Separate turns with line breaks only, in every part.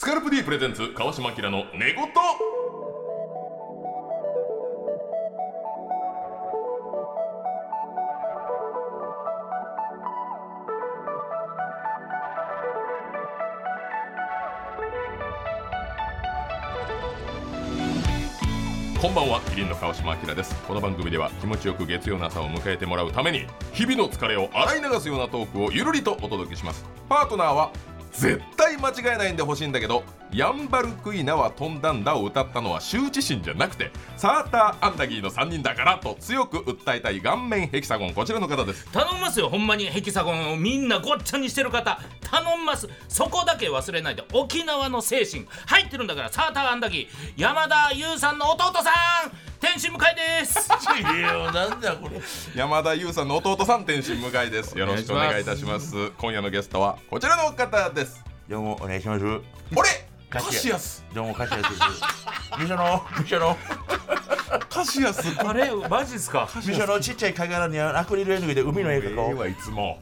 カルプ D プレゼンツ川島明の寝言こんばんはキリンの川島明ですこの番組では気持ちよく月曜の朝を迎えてもらうために日々の疲れを洗い流すようなトークをゆるりとお届けしますパートナーは絶対間違えないんでほしいんだけどヤンバルクイナは飛んだんだを歌ったのは羞恥心じゃなくてサーターアンダギーの3人だからと強く訴えたい顔面ヘキサゴンこちらの方です
頼みますよほんまにヘキサゴンをみんなごっちゃにしてる方頼みますそこだけ忘れないで沖縄の精神入ってるんだからサーターアンダギー山田優さんの弟さん天使向井です
いやなんだこれ
山田優さんの弟さん天心向井ですよろしくお願いいたします今夜のゲストはこちらの方です
どうもお願いします
俺カ
カシア
シアス
どうもカシアですミショのミショの
カシアス
あれマジっすか
ミショのちっちゃい貝殻にアクリル絵の具で海の絵描こう、
はいつも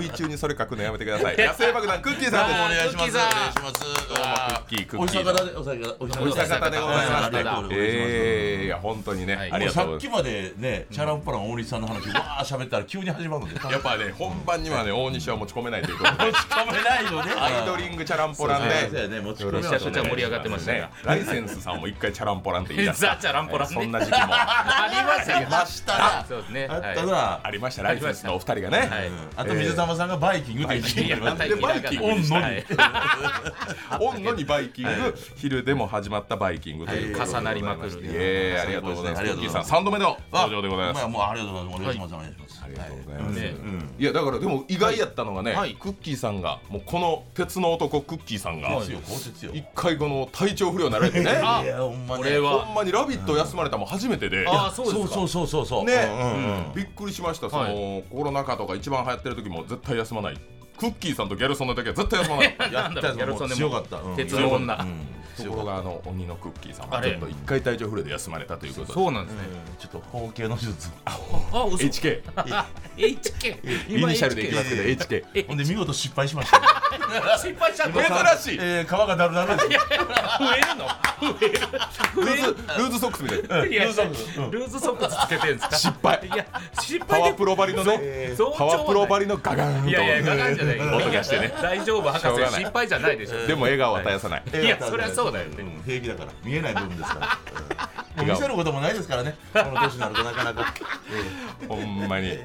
V 中にそれ書くのやめてください野生爆弾クッキーさん
お願いします
お願いしますどうも
ですクッキーク
お
ッキーの
魚でお魚お魚
お久方でございまし
ありがとう
た
ございます
えーいや本当にね、
はい
ありがとう
さ
ご
っ
ざ
き
い
までねチャランポラン大西さんの話わー喋ったら急に始まるので
ますやっぱね本番にはね大西は持ち込めないということで
込めないよね
アイドリングチャランポラン
そう
で
やね持ち込
よろ
みは
し
め
く
ちゃくちゃ盛り上がってました
ね
ね
ライセンスさんも一回チャランポランって言い出した
ザチャランポランね
そんな時期も
ありました
あり
よ
ましたな
そうですね
あった
は
な
ありましたライセンスのお二人がね、
い、はい
あと水玉さんがバイキングって言って
いやまた
でバイキング
オンのみ
はい
オンのにバイキング、昼でも始まったバイキングということで
重なりまくる
いえありがとうございます。
あり
クッ
がとう
キ
ご
ーさん
ざいます
三度目の登場でございます。
まあもうありがとうございますお願いしますお願いします
ありがとうござい
は
ます。
ね
いやだからでも意外やったのがね、
はい
クッキーさんがもうこの鉄の男クッキーさんが
いですよ高節よ
一回この体調不良になられてね、
あ
いやほんまね
これは
ほんまにラビット休まれたのも初めてで。
ああそうです
そ
か
うそうそうそうそう
ね
うんうんうん
びっくりしました、その、
はい
コロナ禍とか一番流行ってる時も絶対休まない、クッキーさんとギャルソンの時は絶対休まない、
やったやつ
ギャル
も
曽
う
根も
強かった。うん
鉄の女、
うん
ところがあの鬼のクッキーさんは
あ
ち
れ
ょっと一回体調不良で休まれたということで、
そうなんですね、
ちょっと包茎の手術。
あ嘘
HK、
HK
イニシャルでいきますけど、
今
HK。
ほんで見事失敗しました。
失敗しちゃった
珍しいル
えー皮がだるだるです。
増えるの
ーズルーズソックスみたいない
や
ルーズソックスうん
ルーズソックスつけてんすか
失敗
いや失
パ
敗
ワ
で
ープロバリのね
増長はない
パワープロバリのガガーンと
いやいやガガンじゃない
音がしてね
大丈
しょ
夫
う
博
が
士
ない
失敗じゃないでしょ
でも笑顔は絶やさない
いやそりゃそうだよね
ん平気だから見えない部分ですから。
うん
もう見せることもないですからね。この年になるとなか なか。
ほんまに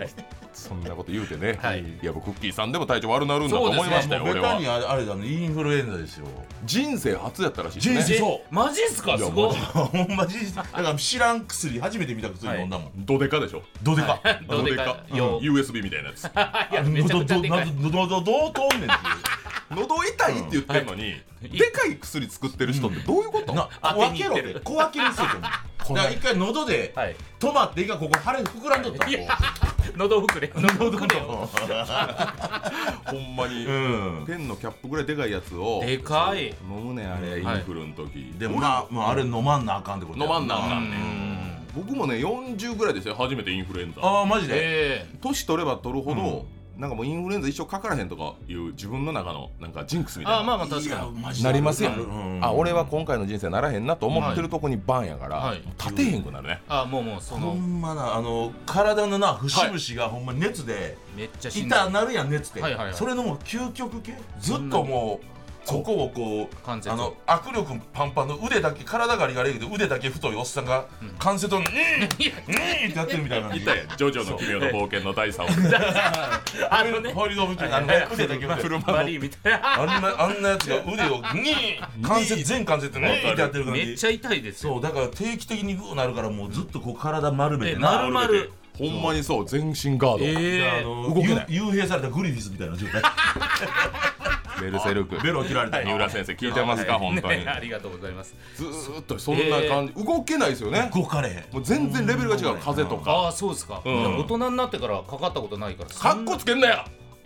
そんなこと言うてね
はい
いや僕クッキーさんでも体調悪なるんだと
そうです
思
ね
いましたよ
もう
俺
ベタ
は
にあれあれだねインフルエンザですよ。
人生初やったらしいですね
人そう
えマジっすか
い
す
やマ
ごい
ジ
ほんま人生だから知らん薬初めて見た薬飲んだもん。
どでかでしょ
どで か。
どでか
うん
よう
USB みたいなやつ
いやめちゃくちゃでかい
どどどどどう通んねんっていう。
喉痛いって言ってるのに
ん
でかい薬作ってる人ってどういうこと
な
当てに行って
分
る
けろ小分けにすると思うだから一回喉で
はい
止まって一回ここ腫れ膨らんとった
いや
こ
喉膨れ喉膨れよ
ほんまに
ううん
ペンのキャップぐらいでかいやつを
でかい
飲むねんあれインフルの時
でもまあまああれ飲まんなあかんってこと
飲まんなあかんねん
うん
僕もね40ぐらいですよ初めてインフルエンザ
ああマジで
え
年取れば取るほど、なんかもうインフルエンザ一生かからへんとかいう自分の中のなんかジンクスみ
え
たいな
あまあまあ確かに
マジで
なりますや、
うんん
あ俺は今回の人生ならへんなと思ってるとこにバンやから、
はい
立てへんくなるね、
あもうもうそ
ほ
の
んまなあの体のな節々がほんま熱で
めっちゃしんどい
痛なるやん熱って
はいはいはい
それのもう究極系ずっともうここをこう
関節
あの握力パンパンの腕だけ体がリガリやけど腕だけ太いおっさんが関節を「うんうん」ってやってるみたいな
痛いやんジョジョの奇妙な冒険の第3話
あのね
ホイールドみたいなあの腕だけ腕
バリーみたいな
あんなあんなやつが腕をに関節全関節にってやってる感
めっ
じ
ちゃ痛いです
そ
よ
うだから定期的にグーなるからもうずっとこう体丸めて
え
な
丸々
ほんまにそう全身ガード、
で
え
あ
え
の
動けない
ゆ幽閉されたグリフィスみたいな状態
ベルセルク
ベロ切られた
三浦先生聞いてますか、本当に、
ねありがとうございます
ずーっとそんな感じ、動けないですよね
動かれへん
もう全然レベルが違う
うん
風邪とか
ああそうですか、
ん
いや大人になってからかかったことないからそ
かっ
んな
こつけんなよ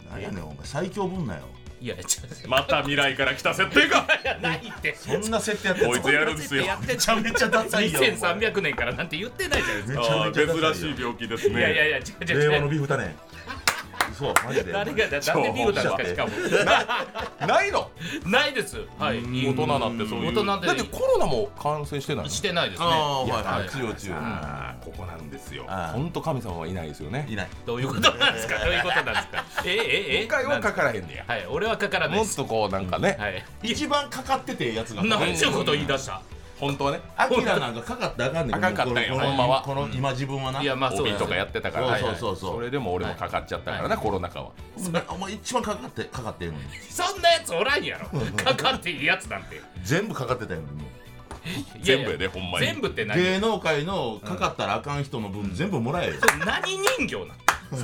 何やねんお前最強ぶんなよ
いやいや違う
また未来から来た設定 か
ないって
そんな設定やって
こいつやるんですよ
やって
めちゃめちゃダサいよ
2300年からなんて言ってないじゃないですか
めちゃめちゃダサいよ
あー珍しい病気ですね
いやいやいや違う違う
令
違
和の
う
ビフタねそうマジで
誰がだなんでビールなんですかし
ないの
かもないですはい
大人なってそういう
大人で
だってコロナも感染してないの
してないですね
ああ
いや
はい
は
はいい強い強い
あーここなんですよ
あー
本当神様はいないですよね
いない
どういうことなんですかどういうことなんですかええええ
今回はかからへんねや
はい俺はかからない
も
で
っ
す
とこうなんかね
はい
一番かかっててええやつが
何ちゅうこと言い出した
本当はね
アキラなんかかかったらあかんねん
あかんかったよ
この
ほんまは
この今自分はない
やまあそう
帯
だ
とかやってたから
そうそうそうそう
れでも俺もかかっちゃったからなコロナ禍は
お前一番かかってかかってんのに
そんなやつおらんやろかかっていいやつなんてい
全部かかってたよね
や
全部やでほんまに
全部って何
芸能界のかかったらあかん人の分全部もらえよ
何人形なんて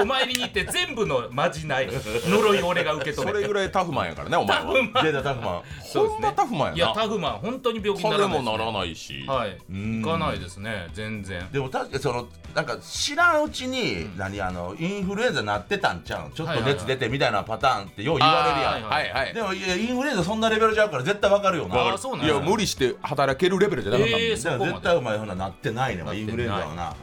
お参りに行って全部のまじない呪いを俺が受け
そ
止め
れ
て
ぐらいタフマンやからねお前
タフ
は
マン
データタフマン
そうで
こ
す
ん
ね
なタフマン
い
や
や
な
タフマン本当に病気にな
風
らない
も
で
な
す
ら
ね
ないし
はい
ん
行かないですね全然
でも確かにそのなんか知らんうちに、何あのインフルエンザなってたんちゃうんちょっと熱出てみたいなパターンってよう言われるやん、
あーはいは
はいはい
でもいやインフルエンザそんなレベルじゃうから絶対わかるよな
わかるそうなん
い
や
や無理して働けるレベルじゃなかったもん
え
ね
ーそ
だ
こ
か
まで
ら絶対お前ほんななってないね
なってない
インフルエンザはな、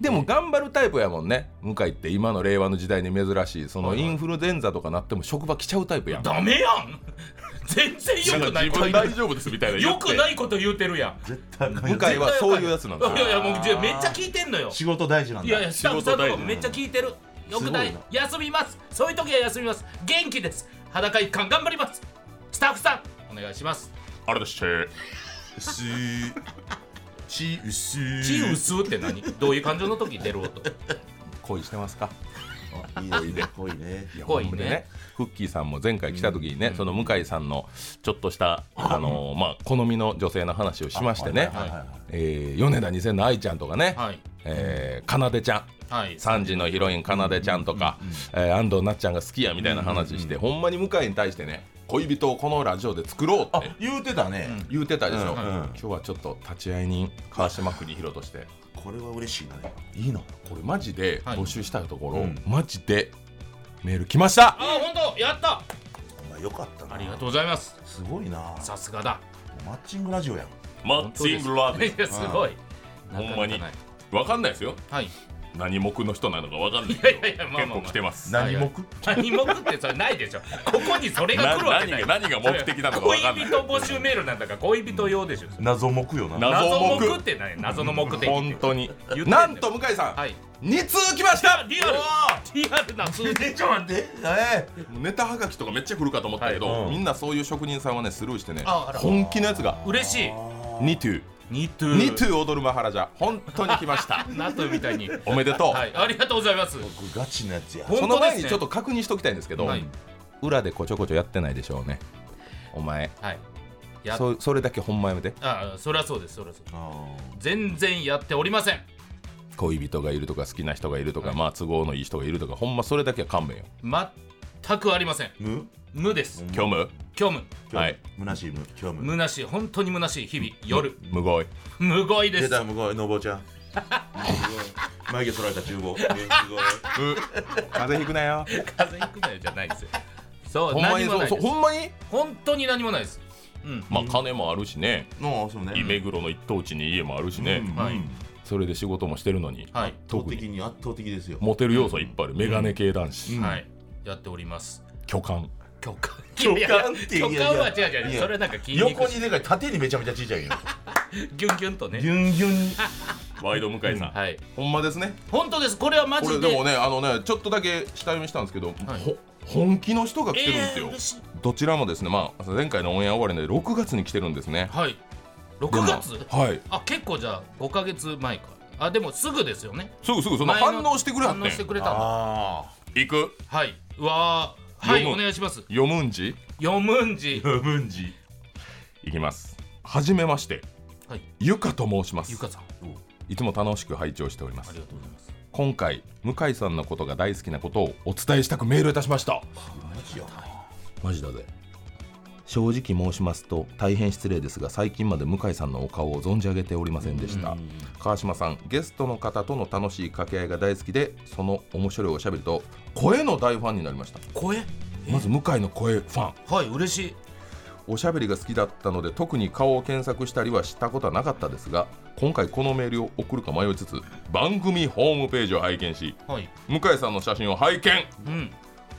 でも頑張るタイプやもんね向井って今の令和の時代に珍しいそのインフルエンザとかなっても職場来ちゃうタイプやん
ダメやん 全然よくないこと
なんか自分
言
大丈夫ですみたいな
う
言
よ
って
くないこと言うてるやん
うん絶対あかん
向
よ
井はそういうやつなんです
いやい
よ
やもうじゃあめっちゃ聞いてんのよ
仕事大事なんだ
いやいやスタッフさんとかもめっちゃ聞いてるよ
事
く
大
ない
事すごい
休みますそういう時は休みます元気です裸一貫頑張りますスタッフさんお願いします
あれだして
しちうす
チーウスっ て何どういう感情の時出る音
恋してますか
あいいねいいね濃いね
いや
恋ね
ほんまにフッキーさんも前回来た時にね、その向井さんのちょっとした、あのーまあ、好みの女性の話をしましてね、
はいはいはい
えー米田2000の愛ちゃんとかね、
はい
えーかなでちゃん
はい
3時のヒロインかなでちゃんとか、えー安藤なっちゃんが好きやみたいな話して、ほんまに向井に対してね恋人をこのラジオで作ろうっ
あ
て
言うてたね、
言うてたでしょ、
うん
今日はちょっと立ち会い人川島邦弘として
これは嬉しいなねいいの
これマジで
はい
募集したところ、
うん
マジでメール来ました
あ本当やった
お前よかったな
ありがとうございます
すごいな
さすがだ
マッチングラジオやん
マ
本当ですいやすごい
ほんまに
なかなか
わかんないですよ
ないはい
何目の人なのかわかんない
いやいやいやまあまあまあ
結構来てます
はい
何目
何目ってそれないでしょここにそれが来るわけな
な
い
何が何が目的なのかわかんない
恋人募集メールなんだから恋人用でしょそれ
謎目よな
な謎
謎
目
目って何謎の目的って
本当に
言ってんねん
なんと向井さん、
はい
2通来ました
リアルリアルな数字
えちょっと待ってえー
ネタはがきとかめっちゃ来るかと思ったけど、
はいうん
みんなそういう職人さんはねスルーしてね
ああら
本気のやつが
嬉しい
2通
ニト
2通踊るマハラジャ本当に来ました
ナトゥみたいに
おめでとう、
はいありがとうございます
これガチなやつや
ほん
その前
本当です
に
ね
ちょっと確認しときたいんですけど、
はい
裏でこちょこちょやってないでしょうねお前
はいや
そそれだけほんまやめて
あそりゃそうですそりゃそうです
あ
全然やっておりません
恋人がいるとか好きな人がいるとか、まあ都合のいい人がいるとかほんまそれだけは勘弁よ
全くありません
ーむ
無です
虚無
虚無
はい
虚しいむ虚無
虚しい本当に虚しい日々夜
無言
むごいで
出
す
たむごいのぼうちゃん 眉毛そられた厨房す
風
ご
邪ひくなよ
風邪ひくなよじゃないですよそ
ほ
う
ま
ん何
に
も
そ
な
う
い
そ
で
う
す
ほんまに
本当に何もないですうん
まあ金もあるしね、
いのそうね
目黒の一等地に家もあるしね、
うん
はい
それで仕事もしてるのに、
はい
圧倒
特
的
に
に圧倒的ですよ
モテる要素いっぱいある、メガネ系男子、
はいやっております
巨漢
巨漢
巨漢っ
い
て
やいや
い
巨
やい
漢は
や
違う違う違
いうや
それはなんか筋肉
横にでかい縦にめちゃめちゃちいちゃいよ
ギュンギュンとね
ギュンギュンに
ワイド向井さん、
はい
ほんまですね
本当ですこれはマ
こ
ジ
れ
で
でもねあのねちょっとだけ下読みしたんですけど、
はい
ほ本気の人が来てるんです
え
よ、
ー嬉しい
どちらもですねまあ前回のオンエア終わりなので6月に来てるんですね
はい
で
6
も
月
はい
あ結構じゃあ5ヶ月前かあでもすぐですよね
すぐすぐそんな
前の
反応してくれはって
反応
ん
してくれたんだ
あ
行く
はいうわーはい
読
お
む
願いします
読むんじ
読むんじ
あ文字
いきますはじめまして
はい
ゆかと申します
ゆかさん
いつも楽しく拝聴しておりま
あ
す
りがとうございます
今回向井さんのことが大好きなことをお伝えしたくメールいたしました
マジやな
マジだぜ正直申しますと大変失礼ですが最近まで向井さんのお顔を存じ上げておりませんでした川島さんゲストの方との楽しい掛け合いが大好きでその面白いおしゃべりと声の大ファンになりました
声
まず向井の声ファン
はい嬉しい
おしゃべりが好きだったので特に顔を検索したりはしたことはなかったですが今回このメールを送るか迷いつつ番組ホームページを拝見し
はい
向井さんの写真を拝見
うん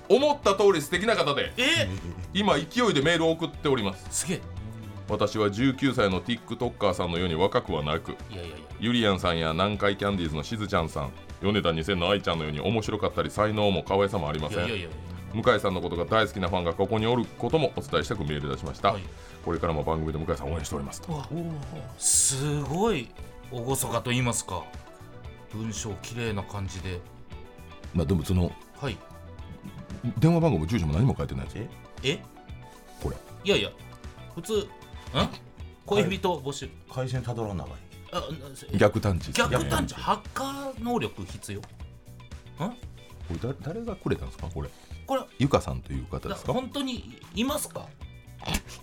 思った通り素敵な方で
え
今勢いでメールを送っております
すげえ
私は19歳の TikToker さんのように若くはなく
いやいやいや
ゆりやんさんや南海キャンディーズのしずちゃんさん米田2000の愛ちゃんのように面白かったり才能も可愛さもありま
い
せん
やいやいや
向井さんのことが大好きなファンがここにおることもお伝えしたくメール出しました、
はい
これからも番組で向井さん応援しておりますと
うわすごい厳かと言いますか文章綺麗な感じで
まあでもその
はい
電話番号も住所も何も書いてないです
え
え
これ
いやいや普通ん恋人募集、
回線たどらんながい
あなせ
逆探知
逆
こ
探知ハッカー能力必要ん
れ誰誰がくれたんですかこれ
これ
ゆかさんという方
だ
ですか
本当にいますか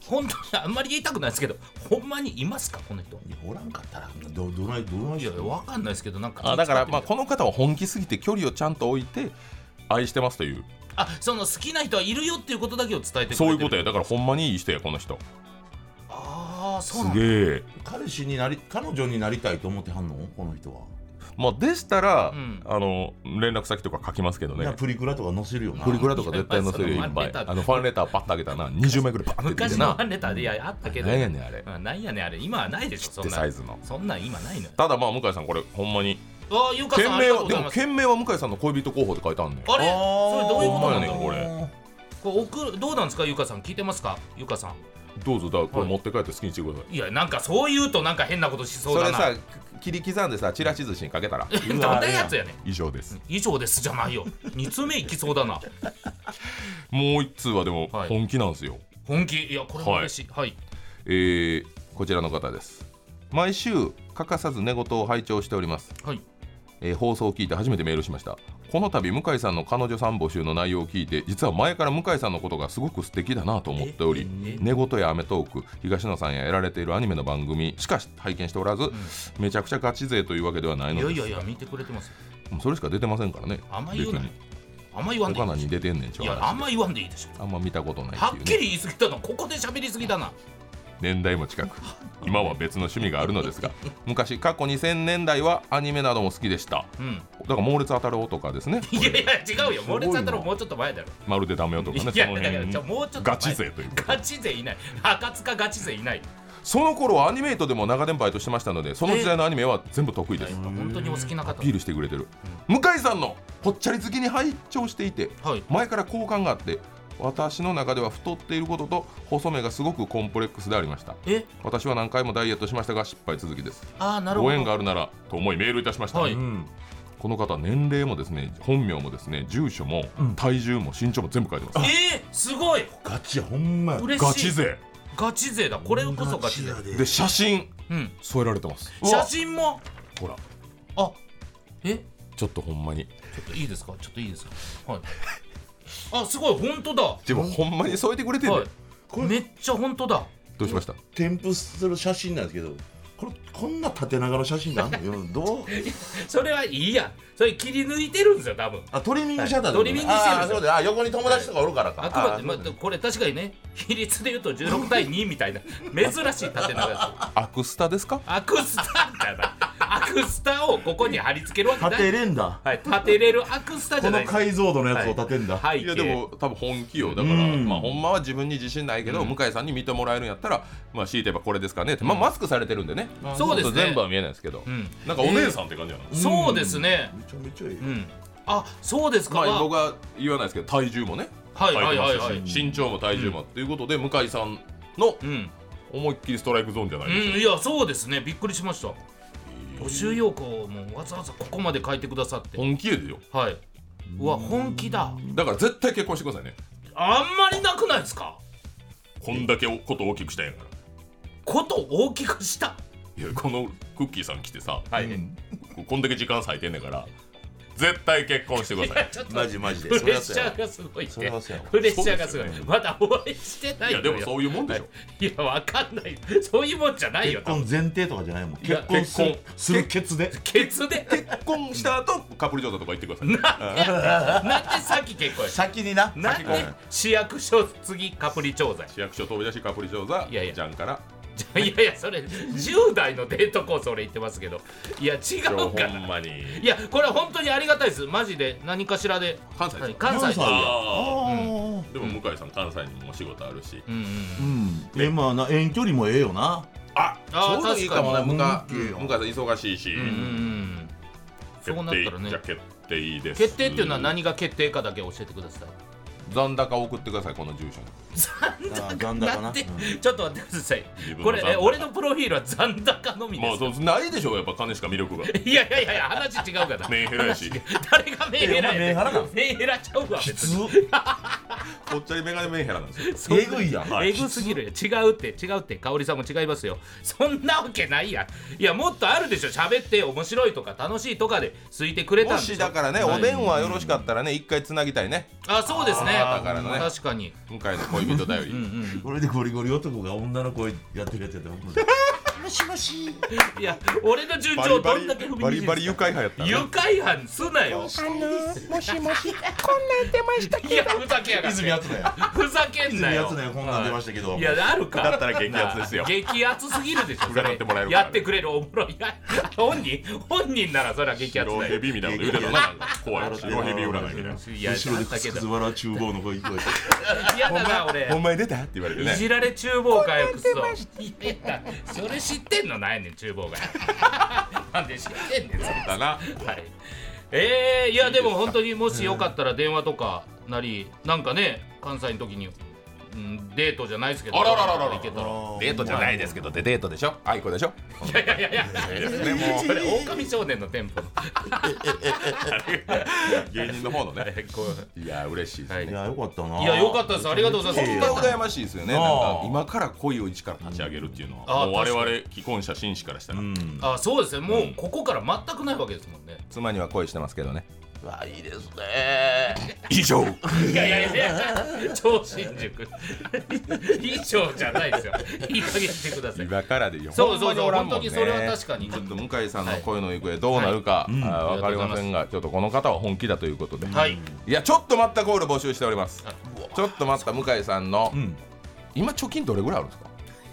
本当にあんまり言いたくないですけどほんまにいますかこの人
いやおらんかったらどどないどない
いやわかんないですけどなんか
あだからまあこの方は本気すぎて距離をちゃんと置いて愛してますという
あその好きな人はいるよっていうことだけを伝えてくれてる
そういうことやだからほんまにいい人やこの人
ああそう
す
なんだ
げえ
彼氏になり彼女になりたいと思ってはんのこの人は、
まあでしたら、
うん
あの連絡先とか書きますけど
いや
ね
プリクラとか載せるよな
プリクラとか絶対載せる
い
よ
や
いっ
まあ
ぱい
そのファンレタ
あのファンレタ
ー
ーパッとあげたらな20枚ぐらいパッて出
昔
て
の
な
ファンレターでいやあったけど
何やねんあれ
うんなんやねんあれ今はないでしょそ
って
ん
サ
な
イズの
そんなん今ないのよ
ただまあ向井さんこれほんまに
あゆか
件
さんあり
名
がと
は
う
で
ござい
も
ます
件名は向井さんの恋人候補って書いてあんねん
あれ
あー
それどういうことなんだろう
ほんまやねんこ
これ送るどうなんですかゆかさん聞いてますかゆかさん
どうぞだからこれ持って帰って好きにしてください、
いやなんかそう言うとなんか変なことしそう
そ
だ
れ
な
さ切り刻んでさチラシ寿司にかけたら
う
ど
わ
んなやつやねん
以上です、
以上ですじゃないよ2通目いきそうだな
もう一通はでも
はい
本気なんですよ、
本気いやこれも嬉しいはい、
えーこちらの方です毎週欠かさず寝言を拝聴しております
はい、
えー放送を聞いて初めてメールしましたこの度向井さんの彼女さん募集の内容を聞いて実は前から向井さんのことがすごく素敵だなと思っており
ええ
寝言やアメトーク東野さんややられているアニメの番組しか拝見しておらず、めちゃくちゃガチ勢というわけではない
い
の
や
で
い
す
やいや見てくれてます
もうそれしか出てませんからね
あんま言うなよあんま言わん
別
で
に他
い
何に出てんねんち
いい
ゅう話で
やあんま言わんでいいでしょ
あんま見たことない
は
ってい
っ
う、
き
ね、
り言い過ぎたなここで喋りすぎだな
年代も近く今は別の趣味があるのですが昔過去2000年代はアニメなども好きでした
うん
だから猛烈当たる男ですね
いやいや違うよ
ごい
俺
な
ちゃんたらもうちょっと前だろ
まるでダメ男
い
がね
や
そ
だ
の
から
辺
じゃあもうちょっと前
ガチ勢という
ガチ勢いない赤塚ガチ勢いない
その頃はアニメイトでも長年バイトしてましたのでその時代のアニメは全部得意です
本当にお好きな
ア
方
ピールしてくれてる向井さんのぽっちゃり好きに拝聴していて
はい
前から好感があって私の中では太っていることと細目がすごくコンプレックスでありました
え
私は何回もダイエットしましたが失敗続きです
ああなるほ
ご
ど
縁があるならと思いメールいたしました、
はい
うん
この方年齢もですね本名もですね住所も体重も身長も全部書いてます、
えー、すごい
ガチやほんまや
嬉しい
ガチ勢
ガチ勢だこれこそガチ勢
ガチや
で写真
うん
添えられてます
写真も
ほら
あえ
ちょっとほんまに
ちょっといいですかちょっといいですかはいあすごい本当だは
でもほんまに添えてくれてる、
いめっちゃ本当だ
どうしました
添付する写真なんですけどこれこんな縦長の写真があんのよ どう
それはいいやんそれ切り抜いてるんですよ多分
あトリミングシャタ
は
ー
いトリミングしてるんで
あー
す
そ
よ
うだあ横に友達とかおるからか
あくま
ー
で、ま
そう
あ、
だ
これ確かにね比率で言うと16対2みたいな珍しい縦長です
アクスタですか
アクスターみたいなアクスタをここに貼り付けるわけない
縦れんだ
はい立てれるアクスタじ
こ
ゃな
の
いです背
解像度のやつを立てんだ、
い
景
やでも多分本気よだから、
うん
まあ、ほんまは自分に自信ないけど、向井さんに見てもらえるんやったら、まあ、強いて言えばこれですかねって、まあ、マスクされてるんでね、
そうで
ちょ
すね
っと全部は見えないですけど、
ん
なんかお姉さんって感じやな、
そうですね
めちゃめちゃいい、
うんあそうです
ま
か、
あ、僕
は
は言わないですけど体重もね
はいはいはいはい
書てますし身長も体重もっていうことで向井さんの
うん、
思いっきりストライクゾーンじゃな
う
いで
ん、
しょ
いやそうですねびっくりしました募集要項をもうわざわざここまで書いてくださって
本気でよ
はいうわ本気だ
だから絶対結婚してくださいね
あんまりなくないですか
こんだけこと大きくしたいんやか
こと大きくした
らいやこのクッキーさん来てさ、
はい、
こんだけ時間割いてんねんから絶対結婚してください
ちょっと
マジマジで
プ
そ
レッ
れはそ
シ
う
ャ
やわ
ーがすごいって
それはそうやわ
プレッシャーがすごい
そうですよ
まだお会いしてない
い
の
や
よ
でもそういうもんでしょ
いやわかんないそういうもんじゃないよ
結婚前提とかじゃないもん
いや
結婚する
結
するケツで
ケツで
結婚した後カップル状態とか言ってください
なんでさっき結婚や
先にな
なんで市役所次カプリ調剤
市役所飛び出しカプリ調査
いやいや
ジャンから
いやいやそれ10代のデートコース俺言ってますけどいや
今
違う
日
か
ほ
ら
んまに
いやこれは本当にありがたいですマジで何かしらで
関西です
はい関西
関西
あ
あ
あー
ーでも向井さん関西にもお仕事あるし
うんうん
うんえまあな遠距離もええよな
あち
あー
ょうどいいかもね向
確
井
かに
向井さん忙しいし
うんうんうんそうなったらね
じゃあ決定です
決定っていうのは何が決定かだけ教えてください
残高送ってくださいこの住所に
あー残
だ
高
っ
な
て、
う
ちょっと待ってください
自分の
これ
残
え
高
俺のプロフィールは残高のみ
ま
で
あ
す、
そうないでしょうやっぱ金しか魅力 が
いやいやいやいや話違うから
メンヘラやし
誰がメンヘラやね
えお前メンヘラなの
メンヘラちゃうわ
き
別
つ
に
ぽっちゃりメガネメンヘラなんですよ
そんな
えぐいやん
えぐすぎるよ違うって違うって香織さんも違いますよそんなわけないやんいやもっとあるでしょ喋って面白いとか楽しいとかで好いてくれたん
も
でしょ
しだからねお電話よろしかったらね一回つなぎたいね
あそうですね
あーだからね
確かに
向井の恋人だより
うんうん
これでゴリゴリ男が女の声やってるやつやったら 本当にもしもし
いや俺の順
バ
調
リバ
ど
リ
んだけ踏み
バ
にじ
リ
る
バリ愉快派やった
誘拐犯すな
あ
よ
のもしもし、こんなん出ました
いやふざけやがって
泉やつだよ
ふざけん
泉
な
や
よ
つだよこんなん出ましたけど
いやあるか
だったら激アツですよ
な激アツすぎるでしょそ
占ってもらえるから
やってくれるおもろいいや本人本人ならそれは激アツ
白
だよ
蛇みたいなこと言うてたな怖い白蛇占いみたいない
や
後ろ
あっ
でク
たけ
スクス
ど
笑う厨房の声聞こえて
嫌だな俺
ほんまに出たって言われて
いじ
ね
られ厨房街をくっ
こんなん出ま
そいやそれ知ってんのないねん厨房街 なんで知ってんねんそれ
だな
はい。えー、いやでも本当にもしよかったら電話とかなりなんかね関西の時に、うん、デートじゃないですけど
あららららら
行けたら
デートじゃないですけどでデートでしょ愛子でしょ
いやいやいやいや
ねも
それ狼少年の店舗の
う芸人の方のね
こう
いや嬉しいです
はい
ね
いやよかったないい
やよかったですありがとうござい
本
ます
当羨ましいですよねなん
なあ
か今から恋を一から立ち上げるっていうの
あ
は
あ
もう我々既婚者紳士からしたら
うん
あそうですねもうここから全くないわけですもんね
妻には恋してますけどね
うわいいですね
以上
いやいやいやいや超新宿以上じゃないですよいい加減してください
今からでいいよ
そうそうそ
ほんまにお
う
らんもんね
本当にそれは確かに
ちょっと向井さんの声の行方どうなるかあーわかりませんがちょっとこの方は本気だということで
はい
いやちょっと待ったコール募集しておりますちょっと待った向井さんの
ん
今貯金どれぐらいあるんですか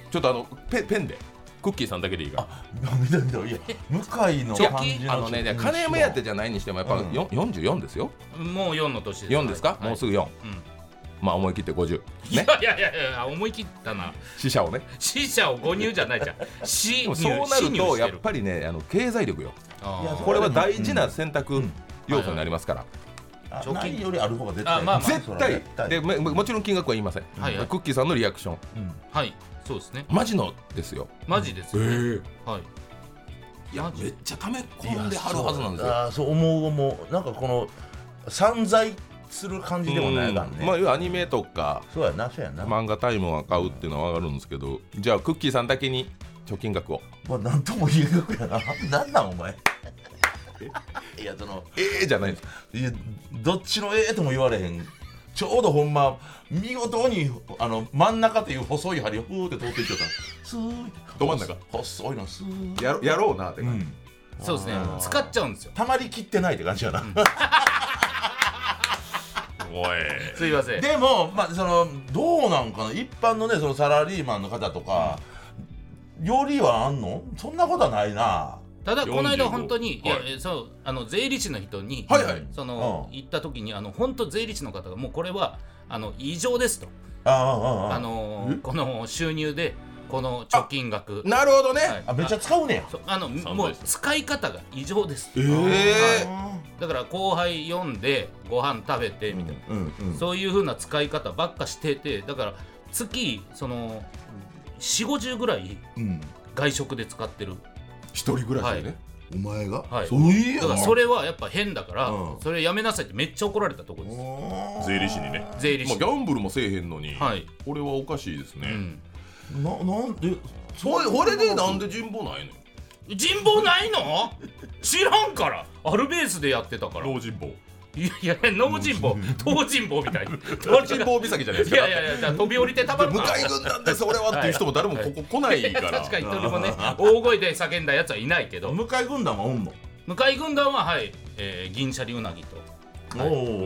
ちょっとあのペペンでクッキーさんだけでいいから
見た見たいや向井の
いや
感じの
あのね金目当てじゃないにしてもやっぱ
うん
よ44ですよ
もう四の年です
4ですか
はい
もうすぐ4まあ思い切って50
い
ね
やいやいやいや思い切ったな
死者をね
死者を誤入じゃないじゃん死
でも
入
そうな
死
る
入
と
して
やっぱりねあの経済力よ
あ
いや
ー
これは大事な選択要素になりますから
あ
貯金
ないよりある方が絶対
あまあまあ
絶対でめめもちろん金額は言いませんク
はいはい
ッキーさんのリアクション
はいそうですね
マジのですよ
マジですよね、はい
いや
マジ
めっちゃため込んではるはずなんですよ
あそう思う思うなんかこの散財する感じでもないから
うんまあ
ね
要はアニメとか
そうやなそうやなま
漫画タイムは買うっていうのは分かるんですけどじゃあクッキーさんだけに貯金額を
あなんとも言えなくやな なんなんお前いやその
ええじゃないんです
いやどっちのええとも言われへんちょうどほんま見事にあの真ん中という細い針をふーって通っていっちゃったすーい
ど真ん中
細いのすーい
やろやろうなって
う
感じ
ん
そうですね使っちゃうんですよ
たまりきってないって感じやな、
おい
すいません
でも、まあ、そのどうなんかな一般のねそのサラリーマンの方とか、よりはあんのそんなことはないな
ただこの間本当に、い、や
はい
えそうあの税理士の人に、
はいはい
その、
うん
行った時にあの本当税理士の方がもうこれはあの異常ですと
あああ
あ
あ
のーこの収入でこの貯金額
なるほどね、
はい
あめっちゃ使うねや
そうあのもう使い方が異常です
ええ
だから後輩読んでご飯食べてみたいな、
うんうん
そういう風な使い方ばっかしててだから月その4 5 0ぐらい
うん
外食で使ってる、
一人暮らしでね、
お前が、
はい
そうい
だ
や
から
な
それはやっぱ変だから、
うん
それやめなさいってめっちゃ怒られたとこです
税理士にね
税理
まあ、
士
ギャンブルもせえへんのに、
はい
これはおかしいですね、
うん
ななんで
それこれでなんで人望ないのよ
人望ないの知らんからアルベースでやってたから
老人坊
いやいや脳人望東人望みたいな
老人坊岬じゃないです
い
か
やいやいやじゃあ飛び降りてたまる
向
か
かい軍団です俺はっていう人も誰もここ来ないから
確かに一人もね大声で叫んだやつはいないけど
向かい軍団はおんの、
向かい軍団ははい、えー銀シャリウナギと
お
ま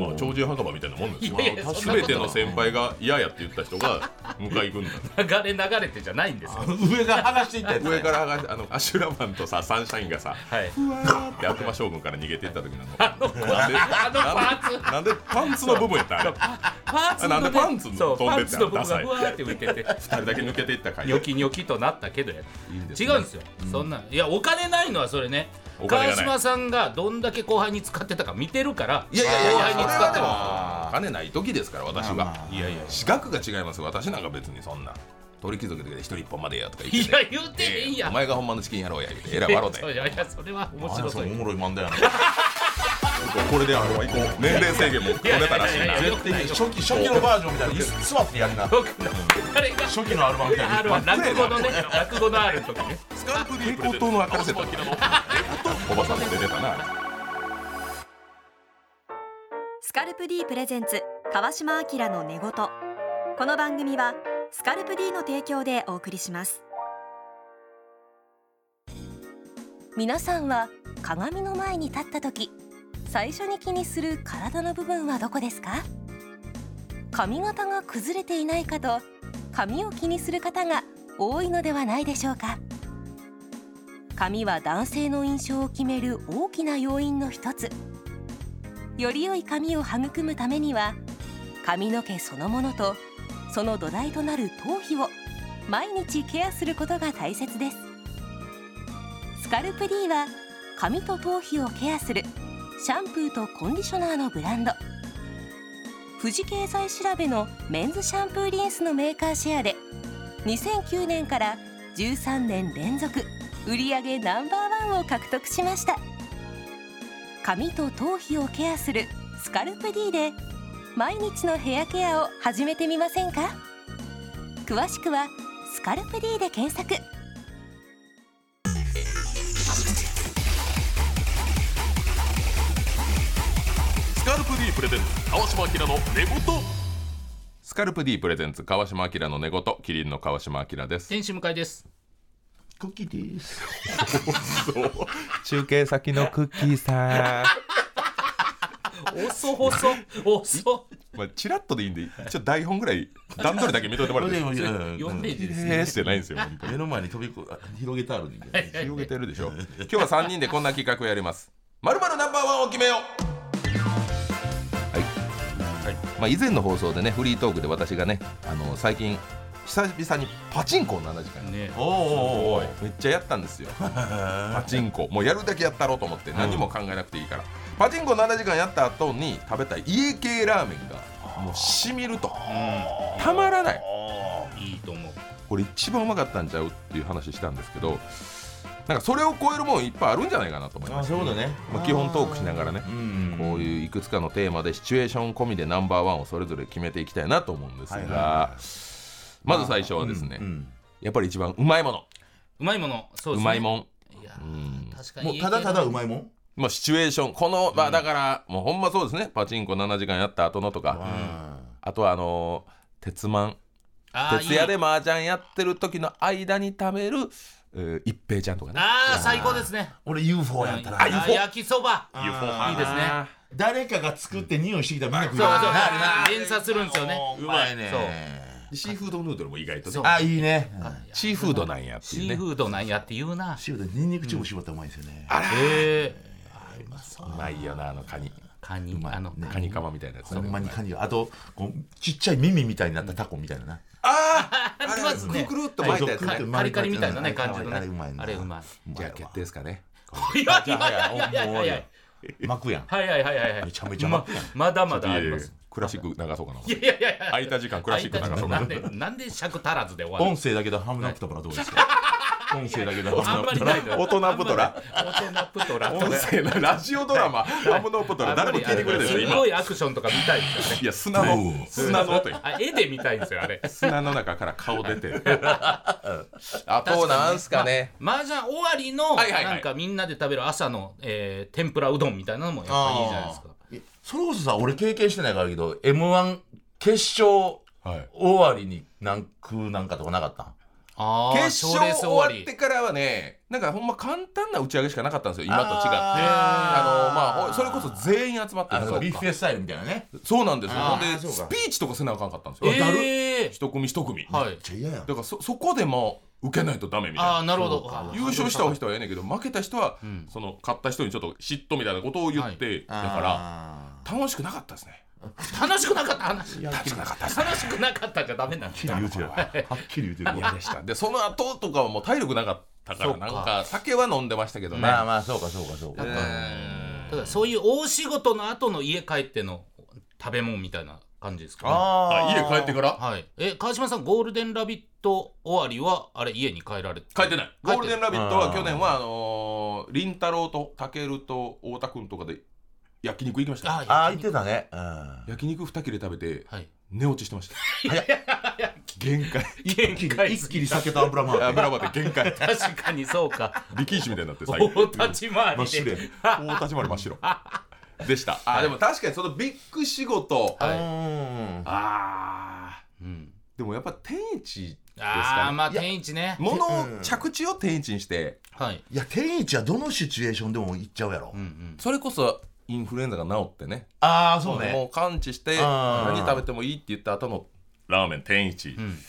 あ、超人墓場みたいなもんですよ
いやいや
まあ
そんなこと
全ての先輩が嫌やって言った人が迎え行くんだ
流れ流れてじゃないんですよ
ー 上が剥がしていったやつ
上から上があのアシュラマンとさサンシャインがさ
はい
ふわーって悪魔将軍から逃げていった時なのなんで
あのパーツ
なんでパンツの部分やったんあれ
パーツの
なんでパンツの
そう
飛ん
パ
で
ン
ったん
ツ
や
の部分が
ダサい
ふわーって浮いてて
二人だけ抜けていった回
ニョキニョキとなったけどや
いいんです
違
ね
うんですよ、そんないやお金ないのはそれね
お金がな
川
い
島さんがどんだけ後輩に使ってたか見てるから
いやいやいやいや
後輩に
それ
使
は
って
でも
ま
お金ない時ですから私
まあま
は
あ
いやいや
資格が違います私なんか別にそんな鳥貴族で一人一本までやとか言
い
って、
や言うてへんや
お
ん、
前がほんまのチキンやろうや言うてえらい笑う
い
て
やいやそれは面白そう
お
よ
もろい漫 だよな
これであの行こう年齢制限もこねたらしい
いやいやいやい
な
や
絶対初期初期のバージョンみたいな座ってやりな初
僕の彼が
期のアルバムみたい
ある
な
わ落語のね落語のある時ね
スカンプ蛍光灯の明るさとおばさんも出てたな
スカルプ D プレゼンツ川島明の寝言この番組はスカルプ D の提供でお送りします皆さんは鏡の前に立った時最初に気にする体の部分はどこですか髪型が崩れていないかと髪を気にする方が多いのではないでしょうか髪は男性の印象を決める大きな要因の一つより良い髪を育むためには髪の毛そのものとその土台となる頭皮を毎日ケアすることが大切ですスカルプ D は髪と頭皮をケアするシャンプーとコンディショナーのブランド富士経済調べのメンズシャンプーリンスのメーカーシェアで2009年から13年連続売上ナンバーワンを獲得しました髪と頭皮をケアするスカルプ D で毎日のヘアケアを始めてみませんか詳しくは「スカルプ D」で検索
スカルプ D プレゼンツ川島明の寝言スカルプ D プレゼンツ川島明の寝言キリンの川島明です
天使向かいです
クッキーです
中継先のクッキーさ
遅細遅
んまあチラッとでいいんでちょっと台本ぐらい 段取りだけ見といてもらっていいですか
4ページです
へー してないんですよ本当に
目の前に飛びこ広げてあるんで
広げてるでしょ今日は3人でこんな企画やりますまるまるナンバーワンを決めようはい、まあ、以前の放送でねフリートークで私がねあの最近久々にパチンコを7時間
ね
おーおーおー
めっちゃやったんです よパチンコもうやるだけやったろうと思って何も考えなくていいから、パチンコ7時間やった後に食べたい家系ラーメンがもうしみるとたまらない
いいと思う
これ一番うまかったんちゃうっていう話したんですけどなんかそれを超えるもんいっぱいあるんじゃないかなと思い
あ
ま
ー
す
そういうことね
まあ、基本トークしながらね
うん
こういういくつかのテーマでシチュエーション込みでナンバーワンをそれぞれ決めていきたいなと思うんですが、
はいはいは
まず最初はですね、
うん
やっぱり一番うまいもの
うまいものそう
う,、
ですね
まいもん、
いや
うん
確かに
もうただただうまいもん
まあ、シチュエーションこの、まあ、だからもうほんまそうですねパチンコ7時間やった後のとか、あとはあのー鉄マン
あー
徹夜で麻雀やってる時の間に食べる、えー一平ちゃんとかね
あー最高ですね
俺 UFO やったら
あ焼きそば
いい
いいですね
あ
誰かが作って匂いしてきたらみんな食う
そうそう
あーな
連鎖するんですよね
うまいね
ーシーフードヌードルも意外とね
そう
あいいね
シーフードなんやって
シ
いう
ー
ね
フードなんやって言うな
塩でニンニクチューブ絞ったらうまいですよね
え
うまいよなあのカニ
ーカニ
まい
あの
ね
カニカマみたいなやつ
ほんまにカニがあとこうちっちゃい耳みたいになったタコみたいなな
ありますね
くるっと巻いたやつ
は
ね
い
カリカリみたいなね
カリ
感
カ
じ
リ
のね
あれうまいな
あれうまい
じゃあ決定ですかね
いやいやいやいやいやいや
巻くやん
はいはいはいはいはい
めちゃめちゃ
ままだまだあります
クラシック流そうかない
やいやいやいや
空いた時間クラシック流そう
な
か
んでなんで尺足らずで終わ
音
る
声だけでハムナプトからどうですか本州だけど
あんまりない
大人プトラ
大人プト ラ
音声なラジオドラマ「アムノープトラ」誰も聞いてくれないですよ
す
今
ごいアクションとか見たいですよね
いや砂の砂の音よ
あ絵で見たいんですよあれ
砂の中から顔出て
あとなんすかね
麻雀終わりの
はいはいはい
なんかみんなで食べる朝のえー天ぷらうどんみたいなのもやっぱいいじゃないですか
それこそさ俺経験してないからやけど m 1決勝
はい
終わりに何食うなんかとかなかったん
あー
決勝終わってからはねなんかほんま簡単な打ち上げしかなかったんですよ今と違ってあのまあおそれこそ全員集まって
あ
る
のビュッフェスタイルみたいなね
そうなんですよ
あ
ほ
ー
んで
そう
ス
か
ピーチとかせなあかんかったんですよ、
ええ
一組一組、
はい
ちゃ嫌やん
だからそそこでも受けないとダメみたい
ああ
な
なるほど
そうか
あー
優勝した人はええねんけど負けた人は、
ん
その勝った人にちょっと嫉妬みたいなことを言って、だか
あ
ら楽しくなかったですね
楽しくなかった話
楽しくなかったです
楽しくなかったじゃダ メなんです
らはっきり言うてるはっきり言うてる
嫌でしたでその後とかはもう体力なかったから
そうか
なんか酒は飲んでましたけどね、
まあまあそうかそうかそうか
うーん
だからそういう大仕事の後の家帰っての食べ物みたいな感じですか、ね、
あ
あ
家帰ってから
はいえ川島さんゴールデンラビット終わりはあれ家に帰られて
帰ってないゴールデンラビット
あ
は
ー
去年はあのー、凛太郎とたけると太田君とかで焼肉行きました
あ
よ
あ
あー言ってたねうん
焼肉2切れ食べて
はい
寝落ちしてました
早っ
限界
一気
一気に避けた油もあって
油まで限界
確かにそうか
力士みたいになって 最後
大立ち回
真
り
っ白
で
や ん
大立ち回り真っ白 でしたあーでも確かにそのビッグ仕事
は
うん
あー
い、うん、
でもやっぱ天一です
ああ
か
まあ天一ね
ねものを着地を天一にして
はい
いや天一はどのシチュエーションでも行っちゃうやろ
うんうん
それこそインフルエンザが治ってね
ああ
もう完治して
あー
何食べてもいいって言った後のラーメン天一
うん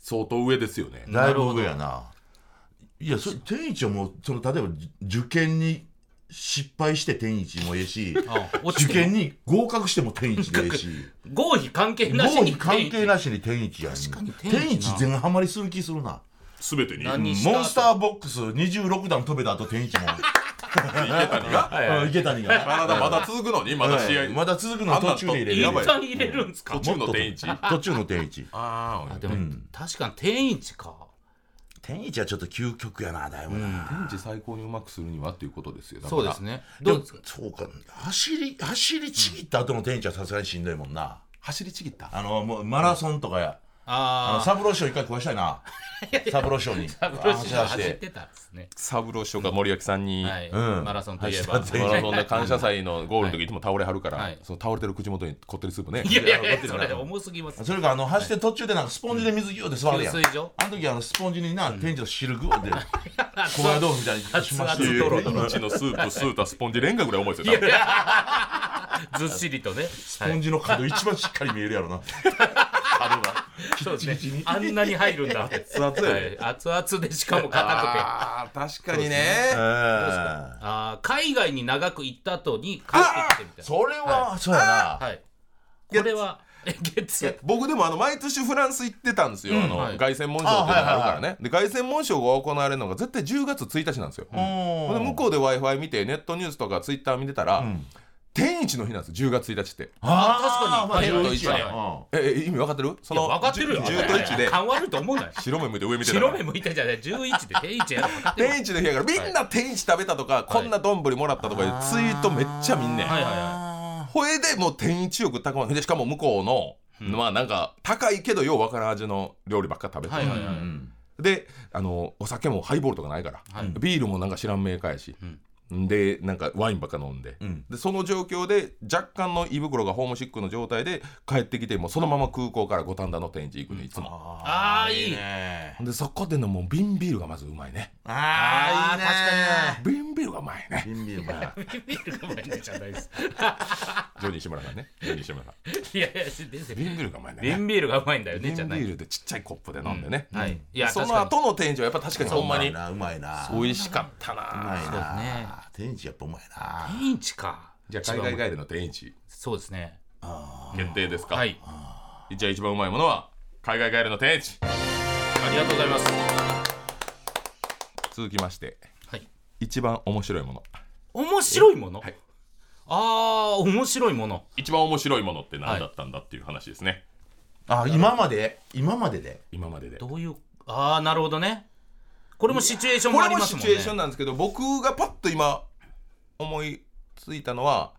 相当上ですよね
だいぶ上やないやそ天一はもうその例えばじ受験に失敗して天一もええし
あ落ち
受
てる
験に合格しても天一でえ えし
合否関係なし
合
に
に関係
し
なしに天一やん
確かに天一な
天一全ハマりする気するな
全てに
何
うん
した後
モンスターボックス26段飛べた後天 一も
池谷 が
はい
うん池谷がね
体まだ続くのにまだ試合
うんまだ続くの途中で入れる
やばい
一旦入れるんですか
途中の天一
途中の天一
あ
あ
あ
でも、
うん
確かに天一か
天一はちょっと究極やなだいぶな、
天一最高にうまくするにはっていうことですよだから
そうですね
で
どう
も
ですか
そうか走り走りちぎった後の天一はさすがにしんどいもんな
走りちぎった
あのもうマラソンとかやあ
あ
の
あ
サブロー賞一回食わした いなサブロー賞に
サブロシが走
走ら
っ
せて
てたんですね
三郎師匠が森脇さんに、
はい、
うん
マラソンといえば
走
マ
ら
ラソンで感謝祭のゴールの時いつも倒れはるから、
はい
その倒れてる口元にこってりスープね
いやいやい
い
や
や
それ重すぎます
それかあの走って途中でなんかスポンジで水ぎゅうって座る
給
やん
水所
あの時あのスポンジにな天一の汁ぐ わって小林豆腐みたいにしまし
熱
て
ド
々
ロ
ドロ
ド
ド
ロ
ロ
うちのスープ吸うたスポンジレンガぐらい重いですよ多分
ずっしりとね
スポンジの角一番しっかり見えるやろな角がきっちりちに
あんなに入るんだ熱
々やね
熱々でしかも硬くてあ
あー確かにね
ええ
あー海外に長く行った後に帰ってきてみたい
それはそうや
な
な
はいこれはえ月曜
僕でもあの毎年フランス行ってたんですよ、あの
はい
凱旋門賞っていうのがあるからね、で凱旋門賞が行われるのが絶対10月1日なんですよ、
う
で向こうで w i f i 見てネットニュースとかツイッター見てたら、天一の日なんです10月1日って
あー確かに
まあ11やええ意味分かってるその
分かってるよ
10と1で
勘悪いと思うなよ
白目向いて上 見てたら
白目向いてんじゃない11で定位置やろ分かってる
天一の日やからみんな天一食べたとか、こんな丼もらったとかいうツイートめっちゃ見んねん、
はいはいはい
ほえでもう天一欲高まるでしかも向こうの、まあなんか高いけどようわからん味の料理ばっか食べて、
はいはいはい、
であのお酒もハイボールとかないから、
はい
ビールもなんか知らんメーカーやし、でなんかワインばっか飲んで,、
ん
でその状況で若干の胃袋がホームシックの状態で帰ってきてもうそのまま空港から五反田の天一行くねいつも、
ああいい
ね
でそこでのもう瓶ビールがまずうまいね
あ
あ
あ
瓶ビールがうまいね
いいねビンビンまあ
ビールがうまいねじゃないです
ジョニー志村さんねジョニー志村さん
いやいやですよ
瓶ビールがうまいね
瓶ビールがうまいんだよね
瓶
じゃな
ビ
い
ールでちっちゃいコップで飲んでね、
はいいや
そ
確
の
かに
後の天一はやっぱ確かにほんま
う
に
まいなうまいな
美味しかった
う
な
まいな、
ね
天一やっぱうまいな
天一か
じゃあ海外ガイドの天一
そうですね
決定ですか、
はい
じゃあ一番うまいものは海外ガイドの天一
ありがとうございます
続きまして
はい
一番面白いもの
面白いもの、
はい
ああ面白いもの
一番面白いものって何だったんだっていう話ですね、
あ今まで今までで
今までで
どういうああなるほどねこれもシチュエーション
こ
もあ
れ
り
も
ます
シ
もん
チ
ね
ュエーションなんですけど僕がパッと今思いついたのは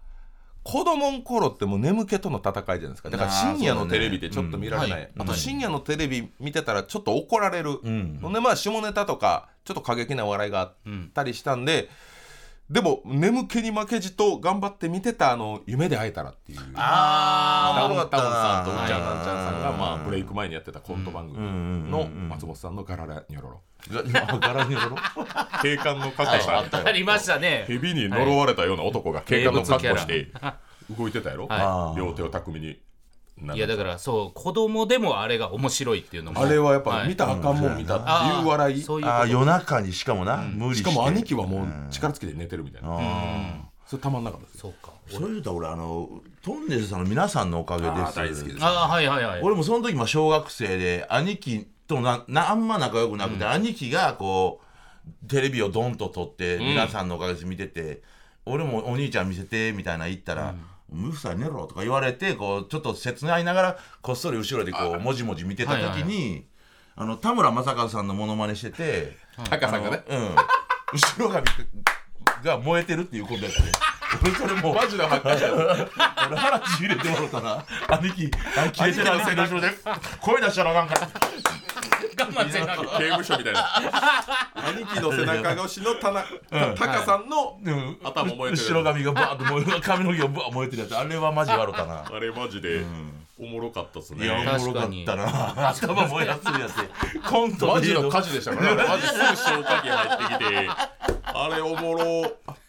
子供の頃ってもう眠気との戦いじゃないですかだから深夜のテレビでちょっと見られない、
あーそうだねうん
あと
はい
深夜のテレビ見てたらちょっと怒られる、
うん
ほんでまあ下ネタとかちょっと過激な笑いがあっ
うん
たりしたんででも眠気に負けじと頑張って見てたあの夢で会えたらっていうダ
あ
ウン
ー
タウンさんと
はい
ウチャンナンチャンさんがまあブレイク前にやってたコント番組の
うんうんうんうん
松本さんのガララニョロロ
が柄によろ
警官の格好した
ああった
ありましたね
蛇に呪われたような男が警官の格好して動いてたやろ、
はい
両手を巧みに
いやだからそう子供でもあれが面白いっていうのも
あれはやっぱ見
た
たらあかんもん見たっていう笑い、
そういうこ
ああ
と
夜中にしかもな、無理し
してかも兄貴はもう力つけて寝てるみたいな、
あ
それたまんなかったです
そうか
ーそれ言うたら俺あのトンネルズさんの皆さんのおかげです
あー大好きです
あーはいはいはい
俺もその時まあ小学生で兄貴とななあんま仲良くなくて、兄貴がこうテレビをドンと撮って、皆さんのおかげで見てて俺もお兄ちゃん見せてみたいな言ったら「無夫さん寝ろ」とか言われてこうちょっと切ないながらこっそり後ろでこうもじもじ見てた時に、あの田村正和さんのモノマネしてて、
タカさんがね
うん、後ろ髪が燃えてるっていうことやったね。俺それもう
マジの発火したや
俺腹ちぎれてもらったな兄貴兄貴出てるせいで後ろで声出したらあかんから
我慢せな
つ刑務所みたい な兄貴の背中越しのタナタカさんの
うん
頭燃えてる
後ろ髪がバーッと燃える髪の毛がバーッ燃えてるやつあれはマジ笑ったな
あれマジでおもろかったっすね
いやおもろかったな頭燃やするやつコント
マジの火
歌
事でした からねマジすぐ消火器入ってきてあれおもろ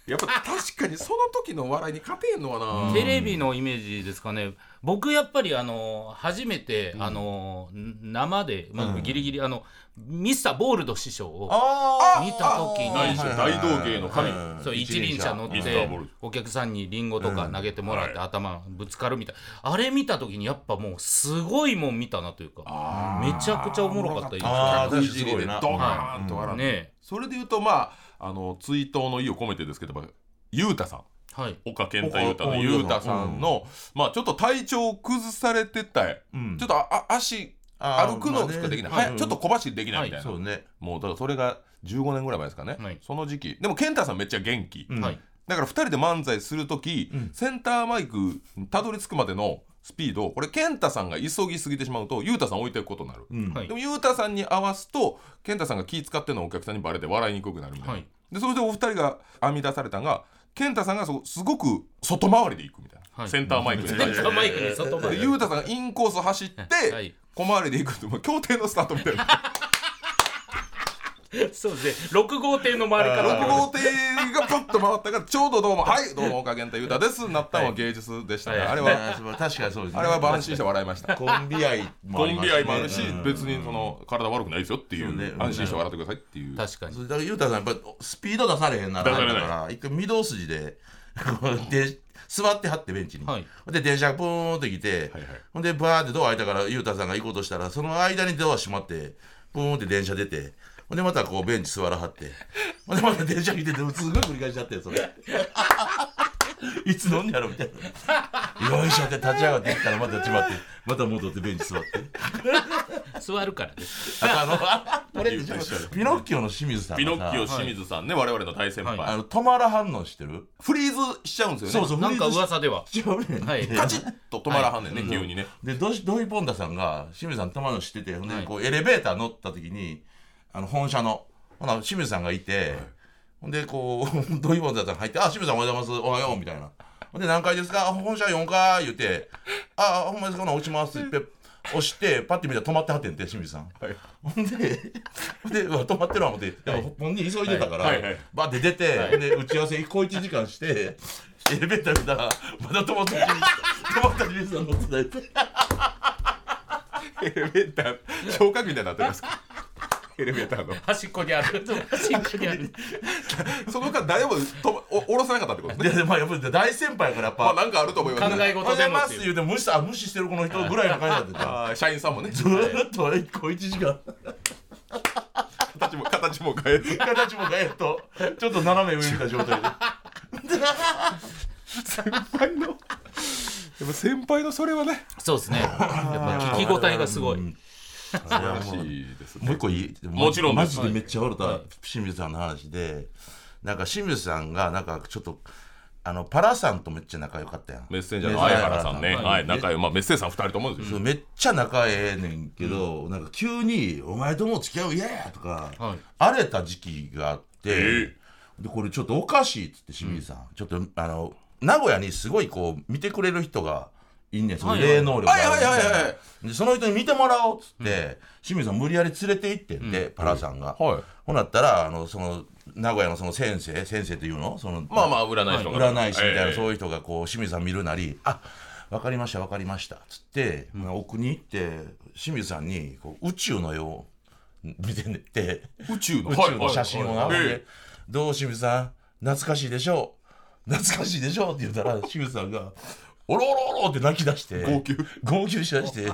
やっぱ確かにその時の笑いに勝てんのかな
テレビのイメージですかね僕やっぱりあの初めて、あの生で、まあ、ギリギリあのミスターボールド師匠を
あ
見た時に
大道芸の神
うん
そう一輪車乗っ
ミスター
て
ボール
お客さんにリンゴとか投げてもらって
は
頭ぶつかるみたいあれ見た時にやっぱもうすごいもん見たなというかめちゃくちゃおもろかった印象
あー
いじりでドカーンと笑って、
ね
それで言うとまああの追悼の意を込めてですけどまあゆうたさん
はい
岡健太ゆうたのゆうたさんの、まあちょっと体調を崩されてたや、
うん
ちょっとああ足
あー
歩くのしかできない、
まあね
は
うん
い、ちょっと小走りできないみたいな、
そうね
もうだからそれが15年ぐらい前ですかね、
はい
その時期でも健太さんめっちゃ元気、
うん
はい
だから2人で漫才する時、センターマイクにたどり着くまでのスピードこれ健太さんが急ぎすぎてしまうと雄太さん置いていくことになる、
ん
はい
でも雄太さんに合わすと健太さんが気使ってるのをお客さんにバレて笑いにくくなるみたいな、
はい
でそれでお二人が編み出されたのが健太さんがそすごく外回りで行くみたいな、
はい
センターマイクに対して。
マイクに外ま
で
で
雄太さんがインコース走って、
はい
小回りで行くってもう競艇のスタートみたいな
そうですね6号艇の周りか
6
ら
号艇がパッと回ったからちょうどどうも「はいどうも岡源太雄太です」なったのは芸術でしたね、
はい
あれ
あ
は、
ー確かにそうですね
あれはバランスして笑いました。
コンビ愛も
コ
あり
ン
ます
ビ
ね
愛もあるし
う、ん
別にその体悪くないですよってい
そうね
う、安心して笑ってくださいっていう。
確かに
それだからゆうたさんやっぱスピード出されへんな
出されない
だから一回御堂筋でこうで座ってはってベンチに、
はい
で電車がポーンって来て、
はいはい
ほんでバーってドア開いたからゆうたさんが行こうとしたらその間にドア閉まってポーンって電車出てほんでまたこうベンチ座らはってほんでまた電車来ててすごい繰り返しちゃって それいつ飲んやろみたいなよいしょって立ち上がっていったらまた閉まってまた戻ってベンチ座って
座るからです
あ のあれでしょピノッキオの清水さんが
ピ
さ
ノッキオ清水さんね、我々の大先
は
輩。
あの止まら反応してる
フリーズしちゃうんですよね。
そう
なんか噂では
違うねん
はい
カチッと止まらはんねんね、急にね。
でドシドイポンダさんが清水さんたまの知っててほんでこうエレベーター乗った時にあの本社のほな清水さんがいて、ほんでこう ドイポンダさん入って「あ清水さんおはようございますおはよう」みたいな「ほんで何階ですかあ本社4階」言うて「あほんまですかほな押します」って押してパッて見たら止まってはってんて清水さん、
い
ほんでほんでうわ止まってるわ思ってでも本人急いでたから、
はいはい
バッて出て、で打ち合わせ小1時間してエレベーター見たらまだ止まってる止まった清水さん乗ってたやつ
エレベーター、消火器みたいになってますか。エレベーターの。
端っこにある端っこにある
その間、誰もとばお下ろさなかったってことですね。
いや でもまあやっぱり大先輩やからやっ
まあ、
ぱ
なんかあると思います
考え
ね。
「
事
おはようござ
で
い
も
ま
ってい
す」
う
言うて無視したあ無視してるこの人ぐらいの感じだった
あー社員さんもね、
ずーっと小1時間
形も形も変えず。
形もえっとちょっと斜め上見た状 態で
先輩の。やっぱ先輩のそれはね。
そうですねやっぱ聞き応えがすごい
素晴らしいです、ね、
もう一個いい
もちろんで
マ
す
ジでめっちゃ笑った清水さんの話でなんか清水さんがなんかちょっとあのパラさんとめっちゃ仲良かったやん
メッセンジャーの相原さんね、
はい
はい、仲良い、まあ、メッセンさん2人ともです
そ
よ、
うめっちゃ仲ええねんけど、なんか急に「お前とも付き合う嫌や」とか、
はい
荒れた時期があって、
え
でこれちょっとおかしいっつって清水さん、ちょっとあの名古屋にすごいこう見てくれる人がいんねんその霊能力があるみたな
はいはいはいは
でその人に見てもらおうっつって、清水さん無理やり連れて行ってんで、パラさんが、
はい
ほなったらあのその名古屋のその先生先生っていうのその
まあまあ占い師とか、
占い師みたいな、
ええ
そういう人がこう清水さん見るなり「あわかりましたわかりました」つって、まあ奥に行って清水さんにこう宇宙の絵を見てねって
宇宙の
宇宙の写真を並べて、
はいはい
どう清水さん懐かしいでしょう懐かしいでしょう」って言ったら清水さんが「おろおろおろ」って泣き出して
号泣
号泣しだして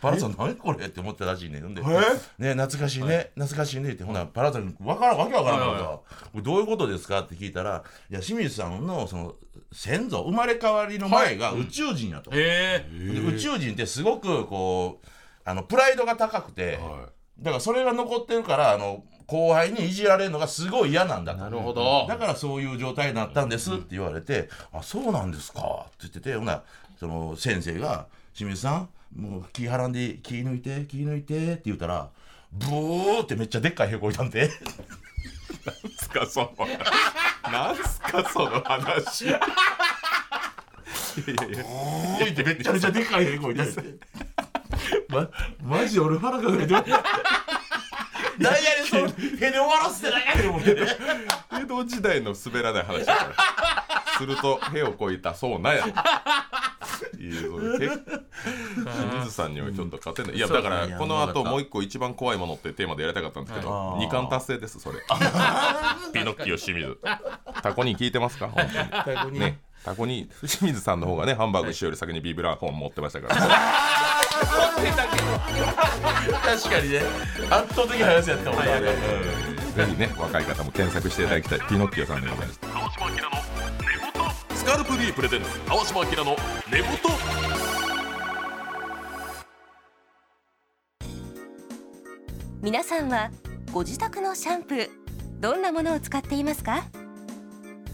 パラさん何これって思ったらしいねんで「ね懐かしいね、懐かしいね」ってほなパラさんわからんわけわからんから、これどういうことですかって聞いたら「いや清水さんのその先祖生まれ変わりの前が宇宙人やと」
ええ
で宇宙人ってすごくこうあのプライドが高くて、
は
だからそれが残ってるからあの後輩にいじられるのがすごい嫌なんだと
なるほど
だからそういう状態になったんですって言われて「あそうなんですか」って言っててほなその先生が「清水さんもう気はらんで気抜いて気抜いて」って言ったらブーってめっちゃでっかいへこいたんで
い、なんすかそのなんすかその話いやいやいや
ブーって めっちゃめちゃでっかいへこいたんで まマジ俺腹 抱えて何やねんその へで終わらせてないやねん思って
江戸時代の滑らない話だからすると屁をこいたそうなやいやそれ結構清水さんにはちょっと勝てないいやだか
そう
ら
だね
この
いや
後
まだ
もう一個一番怖いものってテーマでやりたかったんですけど
はい
二冠達成ですそれピノッキオ清水タコに聞いてますか本当に
タコニー
ねタコに清水さんの方がねハンバーグ一緒より先にビブラーフォン持ってましたから
確かにね圧倒的な話やったもんね、
ぜひね若い方も検索していただきたいピノッキオさんでございます
川島明の寝言スカルプ D プレゼンツ川島明の寝言
皆さんはご自宅のシャンプーどんなものを使っていますか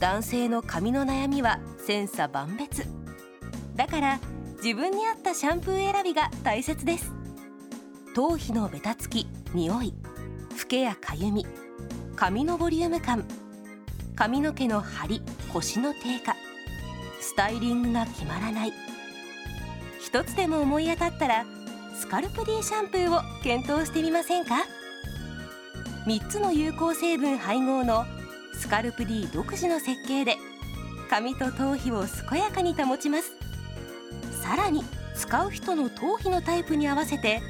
男性の髪の悩みは千差万別だから自分に合ったシャンプー選びが大切です頭皮のベタつき、匂い、フけやかゆみ、髪のボリューム感髪の毛の張り、腰の低下スタイリングが決まらない一つでも思い当たったらスカルプ D シャンプーを検討してみませんか3つの有効成分配合のスカルプ D 独自の設計で髪と頭皮を健やかに保ちますさらに使う人の頭皮のタイプに合わせて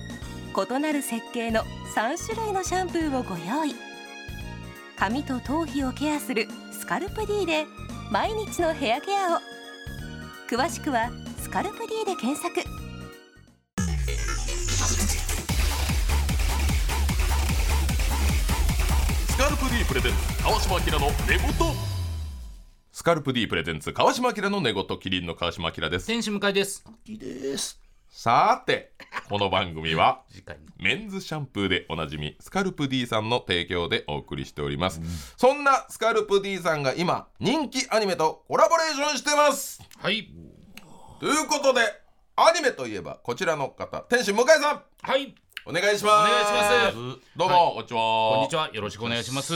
異なる設計の3種類のシャンプーをご用意髪と頭皮をケアするスカルプ D で毎日のヘアケアを詳しくは「スカルプ D」で検索
スカルプ D プレゼンツ川島明の寝言
スカルプ D プレゼンツ川島明の寝言キリンの川島明です
天使向かいです
です
さーてこの番組は
次回も
メンズシャンプーでおなじみスカルプ D さんの提供でお送りしております、そんなスカルプ D さんが今人気アニメとコラボレーションしてます
はい
ということでアニメといえばこちらの方天使向井さん
はい
お願いします
お願いします
どうも、こんにちは
こんにちはよろしくお願いします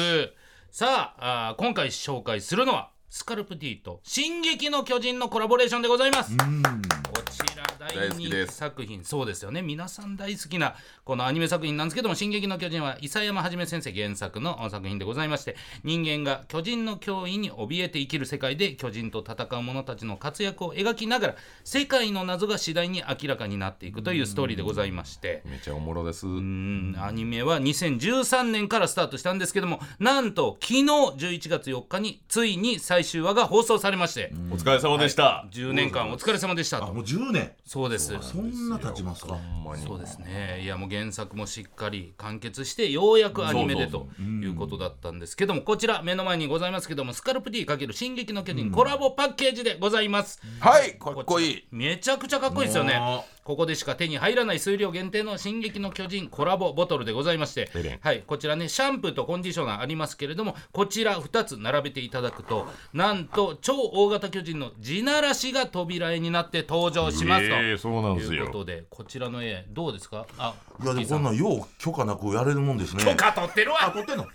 さああー今回紹介するのはスカルプ D と「進撃の巨人」のコラボレーションでございますこちら大
大好き
人
で
気
す
作品そうですよね皆さん大好きなこのアニメ作品なんですけども「進撃の巨人」は伊佐山はじめ先生原作の作品でございまして人間が巨人の脅威に怯えて生きる世界で巨人と戦う者たちの活躍を描きながら世界の謎が次第に明らかになっていくというストーリーでございまして、
めちゃおもろです
うんアニメは2013年からスタートしたんですけどもなんと昨日11月4日についに最終話が放送されまして
お疲れ様でした、
10年間お疲れ様でした
あ
と
もう10年
そうです
そんな経ちますか
ほんまに
そうですねいやもう原作もしっかり完結してようやくアニメでということだったんですけどもこちら目の前にございますけどもスカルプ D× 進撃の巨人コラボパッケージでございます
はいかっこいい
めちゃくちゃかっこいいですよね
も
ここでしか手に入らない数量限定の「進撃の巨人」コラボボトルでございまして
エレン、
はい、こちらねシャンプーとコンディショナーありますけれどもこちら2つ並べていただくとなんと超大型巨人の地ならしが扉絵になって登場しますと。
ええそうなんで
と
す
いう
よ
ことでこちらの絵どうですかあ
いやでもこんなんよう許可なくやれるもんですね
許可取ってる
あ
わ
取ってんの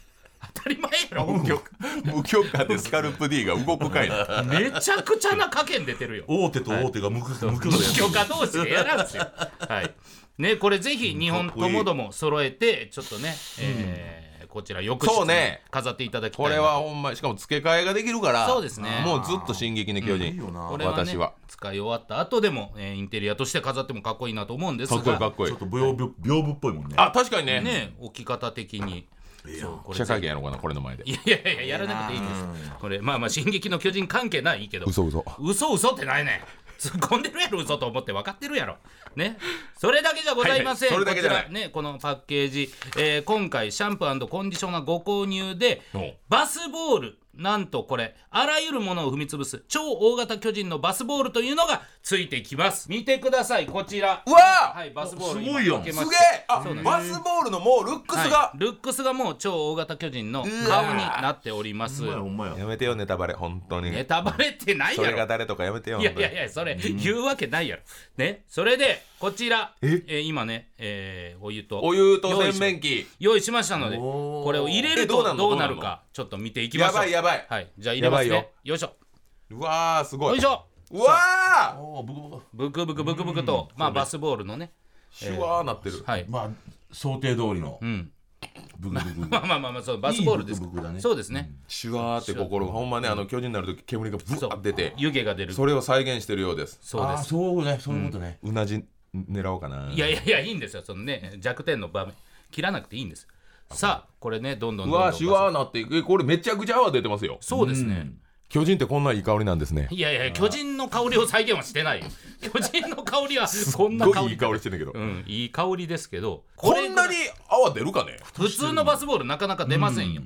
当たり前やろ
無 許無許可でスカルプ D が動くかいな
めちゃくちゃな加減出てるよ
大手と大手が無許可無許可でやっ
無
てる
許可同士でやらんすよ。はい。ね、これぜひ2本ともども揃えて、ちょっとね、えーこちら浴室
そう
に
ね
飾っていただきたい
こ
な。
れはほんましかも付け替えができるから
そうですね
もうずっと「進撃の巨人」
いいよな
これはね、
私は
使い終わった後でも、えーインテリアとして飾ってもかっこいいなと思うんです
か
が、
っこいいかっこい
ち
い
ょっと屏風屏風っぽいもんね
あ確かにね
ね、置き方的に。そうこ
記
れ
者会見やろうかなこれの前で
いやいやいや、やらなくていいんです。これ、まあまあ、進撃の巨人関係ないけど。
嘘嘘
嘘嘘ってないねん突っ込んでるやろ嘘と思って分かってるやろねそれだけじゃございません、
はいはいそれだけじゃない
こちらねこのパッケージ、えー今回シャンプーコンディショナーご購入で
お
バスボールなんとこれあらゆるものを踏み潰す超大型巨人のバスボールというのがついてきます見てくださいこちら
うわ
はいバスボール
すごいやん
今開け
す
ま
げ
し
え
た
あ
そうなんです
バスボールのもうルックスが
はい、ルックスがもう超大型巨人の顔になっております
ほんまやほんまや
やめてよネタバレ本当に
ネタバレってない
そ
や
れ
ろ
が誰とかやめてよ
いやいやいやそれ言うわけないやろねそれでこちら
え
えー今ねえーお湯と
お湯と洗面器
用意しましたので
おー
これを入れる
えどうな
と
んの
どうな
ど
る
うな
かちょっと見ていき
や
ましょう
ばいやばい
はいじゃあ入れます
やばい
ね
よ
よいしょ
うわーすご
よ
い
いしょ
うわ
おーブクブク
ブクブクブクブクとまあバスボールのね
ーシュワーなってる
はい
まあ想定通りの
うん
ブクブク
まあまあまあまあそうバスボールです
いいブクブクだね
そうですね
シュワーって心がほんまねあの巨人になる時煙がブワ
そ
ー
う
って出て
湯気が出る
それを再現してるようです
そうで
あー
す
そうねそういうことね
うなじ狙おうかない
やいやいやいいんですよそのね弱点の場面切らなくていいんですさあこれねどんどん
う
どんどん
わ
バ
ー
ス
シュワーなっていくえこれめちゃくちゃ泡出てますよ
そうですね
巨人ってこんないい香りなんですね
いやいや、巨人の香りを再現はしてないよ。巨人の香りは
す
こんな
ご
香
いいい
り。
香りしてんだけど
うん、いい香りですけど、
こ
れ
ん
ぐ
な
ら
に
い
泡出るかね
普通のバスボールなかなか出ませんよ。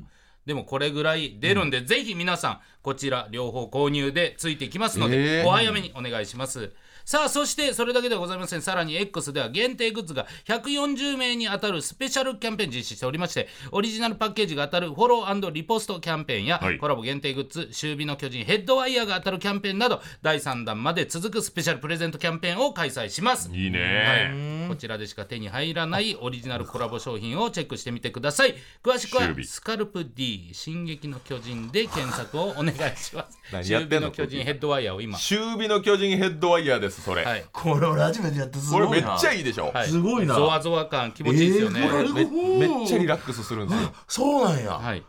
でもこれぐらい出るんで、ぜひ皆さんこちら両方購入でついてきますので、
えー
お早めにお願いしますさあそしてそれだけではございませんさらに X では限定グッズが140名に当たるスペシャルキャンペーン実施しておりましてオリジナルパッケージが当たるフォローリポストキャンペーンや、
はい
コラボ限定グッズ「終日の巨人」ヘッドワイヤーが当たるキャンペーンなど第3弾まで続くスペシャルプレゼントキャンペーンを開催します
いいね
こちらでしか手に入らないオリジナルコラボ商品をチェックしてみてください。詳しくは
終日
スカルプ D 進撃の巨人で検索をお願いします。
何やっ
中日
てんの
の巨人ヘッドワイヤーを今。
中火の巨人ヘッドワイヤーですそれ、
はい。
これ俺初めてやったす
こ
ごい
れ
な
めっちゃいいでしょ、
はい、
すごいな
ゾワゾワ感気持ちいいですよね。
えーこれ
めめっちゃリラックスするんですよ
そうなんや、
はい
へ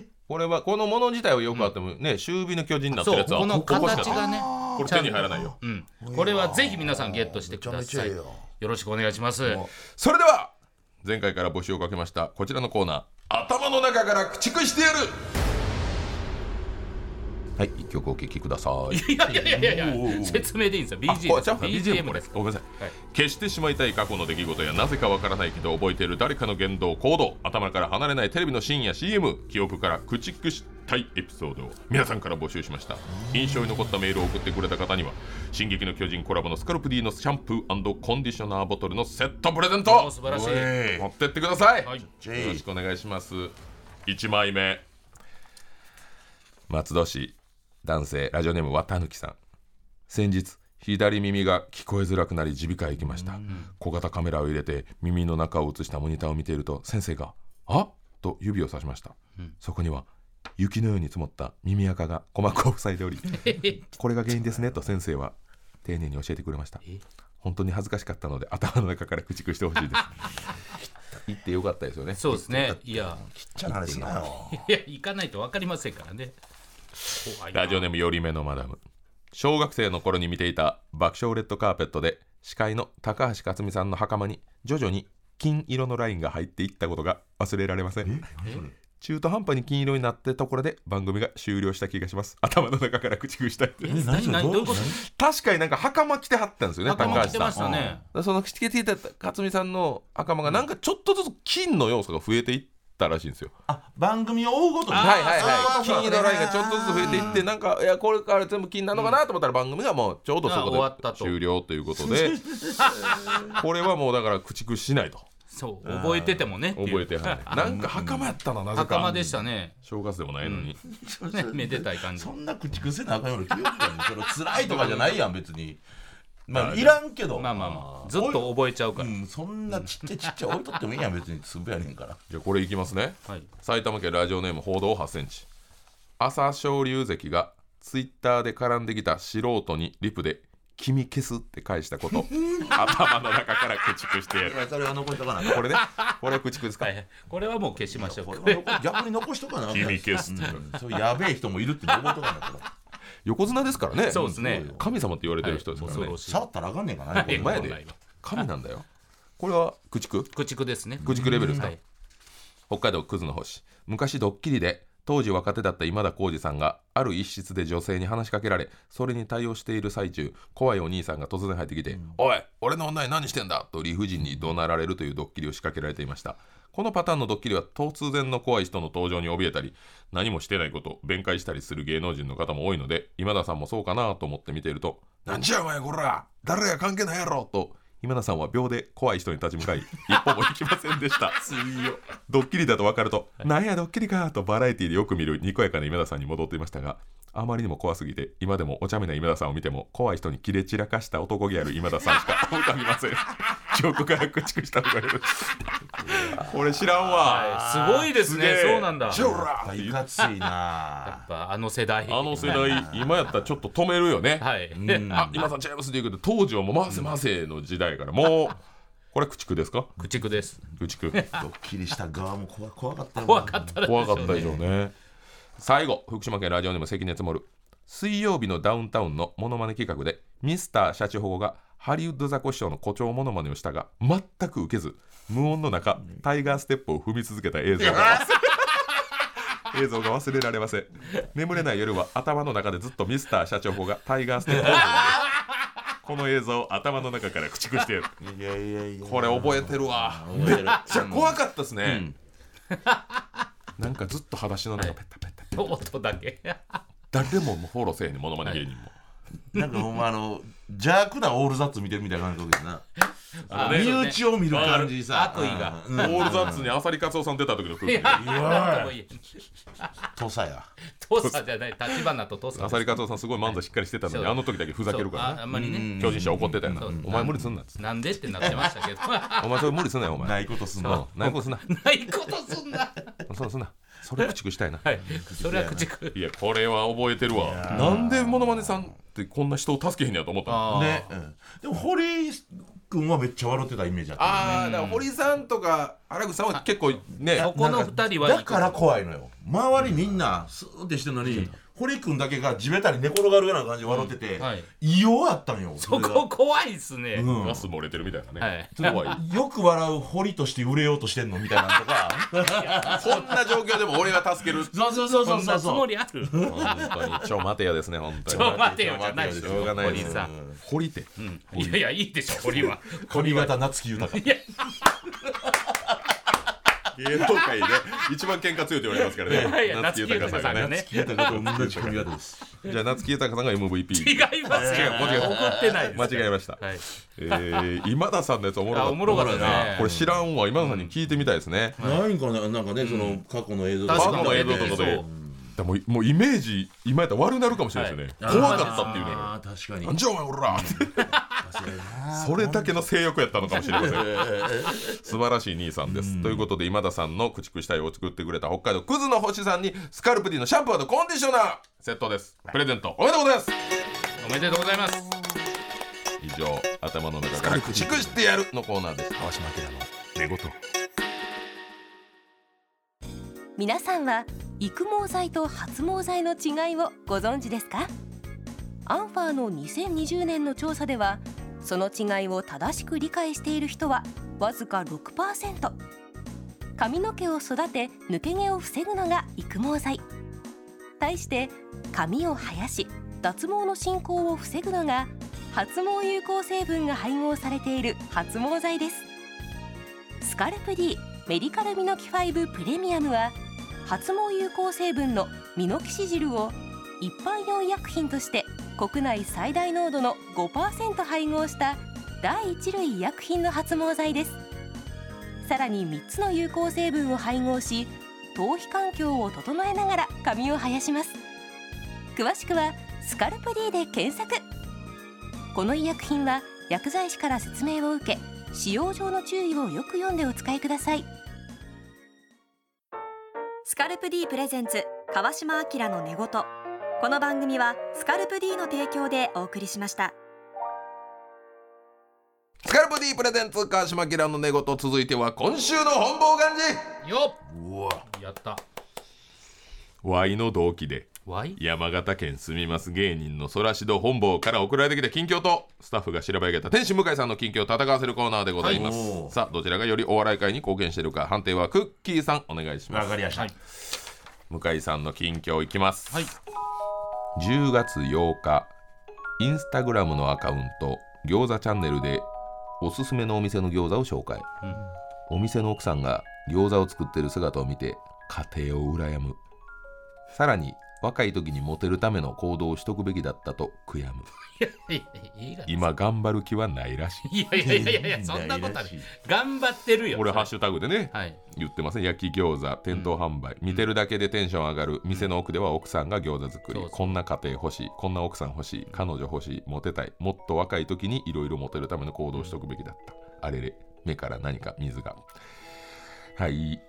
え
これはこのもの自体はよくあってもね中火の巨人になってる
そう
やつは
この
しか
形
ない
がね、
これ手に入らないよ
うん、これはぜひ皆さんゲットしてくだ
めちゃ
さ
め
い。
ちゃいいよ
よろしくお願いします。
それでは前回から募集をかけましたこちらのコーナー頭の中から駆逐してやるはい一曲お聴きください
いやいやいやいや
おー
説明でいいんですよ。
あこれちゃう
BGM です。
BGM こ
BGM
れ
です。
ごめんなさい、
はい
消してしまいたい過去の出来事やなぜかわからないけど覚えている誰かの言動行動頭から離れないテレビのシーンや CM 記憶から駆逐したいエピソードを皆さんから募集しました印象に残ったメールを送ってくれた方には「進撃の巨人」コラボのスカルプ D のシャンプーコンディショナーボトルのセットプレゼン
お
ト
ー素晴らしい。
持ってってください、
はい
よろしくお願いします1枚目松戸市男性ラジオネーム綿貫さん先日左耳が聞こえづらくなり耳鼻科へ行きました小型カメラを入れて耳の中を映したモニターを見ていると先生が「あと指をさしました、そこには雪のように積もった耳垢が鼓膜を塞いでお りこれが原因ですねと先生は丁寧に教えてくれました本当に恥ずかしかったので頭の中から駆逐してほし いです行ってよかったですよね
そうですね。いや、
ちゃな話すなよ
いや行かないと分かりませんからね。怖いな
ラジオネームよりめのマダム小学生の頃に見ていた爆笑レッドカーペットで司会の高橋克実さんの袴に徐々に金色のラインが入っていったことが忘れられません中途半端に金色になってところで番組が終了した気がします頭の中から駆逐したいです
え何何どういうこと？
確かになんか袴着てはったんですよね
仲
高
間
橋
来て
さん
ましたね。
その着ていた克実さんの袴がなんかちょっとずつ金の要素が増えていったらしいんですよ
あ番組を追うごとに
はいはい
あ
は
ー
い金色のラインがちょっとずつ増えていってなんかいやこれから全部金なのかなと思ったら番組がもうちょうどそ
あ終わっ
こ
た
で
と
終了ということでこれはもうだから駆逐しないと
そう覚えててもねっていう
覚えてはいなんか袴やったななぜか
袴でしたね
正月でもないのに
ねめでたい感じ
そんな口癖なあかんような気がするそれ辛いとかじゃないやん別にまあいらんけど
まあまあまあずっと覚えちゃうから
うん、そんなちっちゃいちっちゃい置いとってもいいやん別につぶやねんから
じゃあこれいきますね
はい
埼玉県ラジオネーム報道8センチ朝青龍関がツイッターで絡んできた素人にリプで「君消す」って返した こと頭の中から駆逐してやる
それは残しとかな
これねこれは駆逐ですか、
はいこれはもう消しましょう
これは残逆に残しとかな
君消すっていう
うんそういうやべえ人もいるって思うとかなこれ
横綱ですからね
そうですね
神様って言われてる人ですからね、
恐ろしい
触ったらあかんねんかな、
い
お前
本来
で
は
神なんだよこれは駆逐
駆逐ですね
駆逐レベルですか、
はい
北海道クズの星昔ドッキリで当時若手だった今田耕司さんがある一室で女性に話しかけられそれに対応している最中怖いお兄さんが突然入ってきて「おい俺の女に何してんだ!」と理不尽に怒鳴られるというドッキリを仕掛けられていましたこのパターンのドッキリは突然の怖い人の登場に怯えたり何もしてないことを弁解したりする芸能人の方も多いので今田さんもそうかなと思って見ていると「なんじゃお前こら誰や関係ないやろ!」と今田さんは秒で怖い人に立ち向かい一歩も行きませんで したドッキリだと分かると「なんやドッキリか」とバラエティでよく見るにこやかな今田さんに戻っていましたがあまりにも怖すぎて今でもお茶目な今田さんを見ても怖い人に切れ散らかした男気ある今田さんしか浮かびま せん記憶から駆逐したのがよろしいこれ知らんわ
はいすごいです
す
ね
げえ
そうなんだや
ジョラーって
い
言う
かついな
っぱあの世代
あの世代今やったらちょっと止めるよね、
はい
ん
あ今さん違いますって言うけど当時はもう回せ回せの時代からもうこれ駆逐ですか
駆逐です
駆逐
ドッキリした側も怖怖かった よな
怖かったら
怖かったでしょうね最後福島県ラジオネーム関根積る水曜日のダウンタウンのモノマネ企画でミスターシャチホコがハリウッドザコシショウの誇張モノマネをしたが全く受けず無音の中タイガーステップを踏み続けた映像が映像が忘れられません眠れない夜は頭の中でずっとミスターシャチホコがタイガーステップを踏んでいるこの映像を頭の中から駆逐してやる
いやいやいや
これ覚えてるわ
覚えてる
じゃ怖かったですね、
うん
なんかずっと裸足の中ペタペタ
音だけ
誰もフォローせえへんねモノマネ芸人も、
なんかほんまあの邪悪なオールザッツ見てるみたいな感覚でな
あ
身内を見る感じさ
悪意が
うん
オールザッツに浅利勝夫さん出た時の空気
なんとも言えん
土佐や
父さんじゃない立花と父さん
浅利勝夫さんすごい漫才しっかりしてたのに
そう
あの時だけふざけるから
そうあ
ね
あんまりね
巨人師は怒ってたよな
うん
お前無理すんなっつって
なんでってなってましたけど な
お前それ無理すんなよお
な
前
いことすん
うん
の
ないことすんない
ことすんな
そうすんなそれ駆逐したいな
はいそれは駆逐
いやこれは覚えてるわなんでモノマネさんってこんな人を助けへんねやと思ったの
あー
ね、うんでも堀君はめっちゃ笑ってたイメージあった
あーだから堀さんとか荒口さんは結構ね
そこの二人はいい
だから怖いのよ周りみんなスーってしてるのに、堀君だけが地べたに寝転がるような感じで笑ってて、
うんはい
異様やったんよ
そ
れが
こ怖いっすね、
うん
ガス漏れてるみたいな
は
ね
い
怖い
よく笑う堀として売れようとしてんのみたいなの とか
こんな状況でも俺が助ける
そうそうそ
そ
うそうんそ
な
う
つも
そう
りある
本当に超待てやですね本当に
ちょ待てよじゃないです
しょう
よ
がないで
堀
す
さん、
堀って
いやいやいいでしょ堀は
髪型夏木豊
いや
芸能界で一番喧嘩強いと言われますからね
いやいや夏木豊さんがね
木豊と同じ髪型です
じゃあ夏木豊さんが MVP
違いますよ
違う間違えた
怒ってないです
間違えました、
はい
えー今田さんのやつおもろかっ
あ
た
おもろかったですね
これ知らんわ今田さんに聞いてみたいですね、
ないんかななんかねその過去の映像と
確
過
か
去
に
の映像とかで
そう
でももうイメージ今やったら悪なるかもしれないですよね、
はい
怖かったっていうのが
あー確かに
なんじゃお前おらそれだけの性欲やったのかもしれません素晴らしい兄さんですということで今田さんの駆逐したいを作ってくれた北海道クズの星さんにスカルプ D のシャンプーとコンディショナーセットですプレゼントおめでとうございます
おめでとうございます
以上頭の中から駆逐してやるのコーナーです
川島明の寝言
皆さんは育毛剤と発毛剤の違いをご存知ですかアンファーの2020年の調査ではその違いを正しく理解している人はわずか6%髪の毛を育て抜け毛を防ぐのが育毛剤対して髪を生やし脱毛の進行を防ぐのが発毛有効成分が配合されている発毛剤ですスカルプ D メディカルミノキ5プレミアムは発毛有効成分のミノキシジルを一般用医薬品として国内最大濃度の5%配合した第一類医薬品の発毛剤ですさらに3つの有効成分を配合し頭皮環境を整えながら髪を生やします詳しくは「スカルプ D」で検索この医薬品は薬剤師から説明を受け使用上の注意をよく読んでお使いください
スカルプ D プレゼンツ川島明の寝言この番組はスカルプ D の提供でお送りしました
スカルプ D プレゼンツ川島明の寝言続いては今週の本望願寺
よ
うわ
っやった
ワイの同期で
わい
山形県住みます芸人のそらしど本坊から送られてきた近況とスタッフが調べ上げた天使向井さんの近況を戦わせるコーナーでございます、
はいおー
さあどちらがよりお笑い界に貢献しているか判定はクッキーさんお願いしま
わ
す
かりやした、
はい
向井さんの近況いきます、
はい
10月8日インスタグラムのアカウント餃子チャンネルでおすすめのお店の餃子を紹介、お店の奥さんが餃子を作ってる姿を見て家庭を羨むさらに若い時にモテるための行動をしとくべきだったと悔やむ
いやいや
今頑張る気はないらしい
いやいやいやいやそんなことある頑張ってるよ
これ
それ
ハッシュタグでね、
はい
言ってますね焼き餃子店頭販売、見てるだけでテンション上がる店の奥では奥さんが餃子作り、
そうそう
こんな家庭欲しいこんな奥さん欲しい彼女欲しいモテたいもっと若い時にいろいろモテるための行動をしとくべきだった、あれれ目から何か水がはい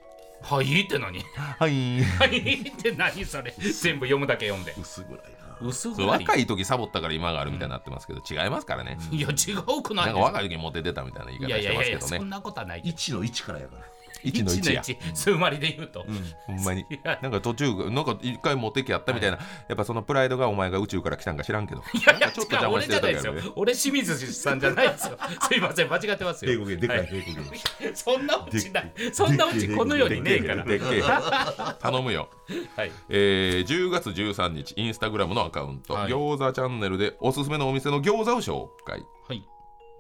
はいって何
はい
はいって何それ全部読むだけ読んで
薄ぐらいな
薄
そう若い時サボったから今があるみたいになってますけど、違いますからね、
いや違うくない
なん
で
か
す
若い時にモテてたみたいな言い
い
方
や
し
い
て
やい
ま
や
す
い
け
や
ど
そん
ね
なことはないけど
1の1からやから
1の1や
数割りで言うと、
ほんまになんか途中なんか一回モテ期やったみたいな、やっぱそのプライドがお前が宇宙から来たんか知らんけど
いや
な
いや
んかちょっと
違う
邪魔
俺
し
じ
て
ゃ
た
ない
時あ
です
る
よ
ね
俺清水さんじゃない ですよすいません間違ってますよ
米国ででか
はい
米国で
そんなうちないそんなうちこの世にねえから
でっけえ 頼むよ、
はい
えー、10月13日インスタグラムのアカウント、
はい
餃子チャンネルでおすすめのお店の餃子を紹介
はいい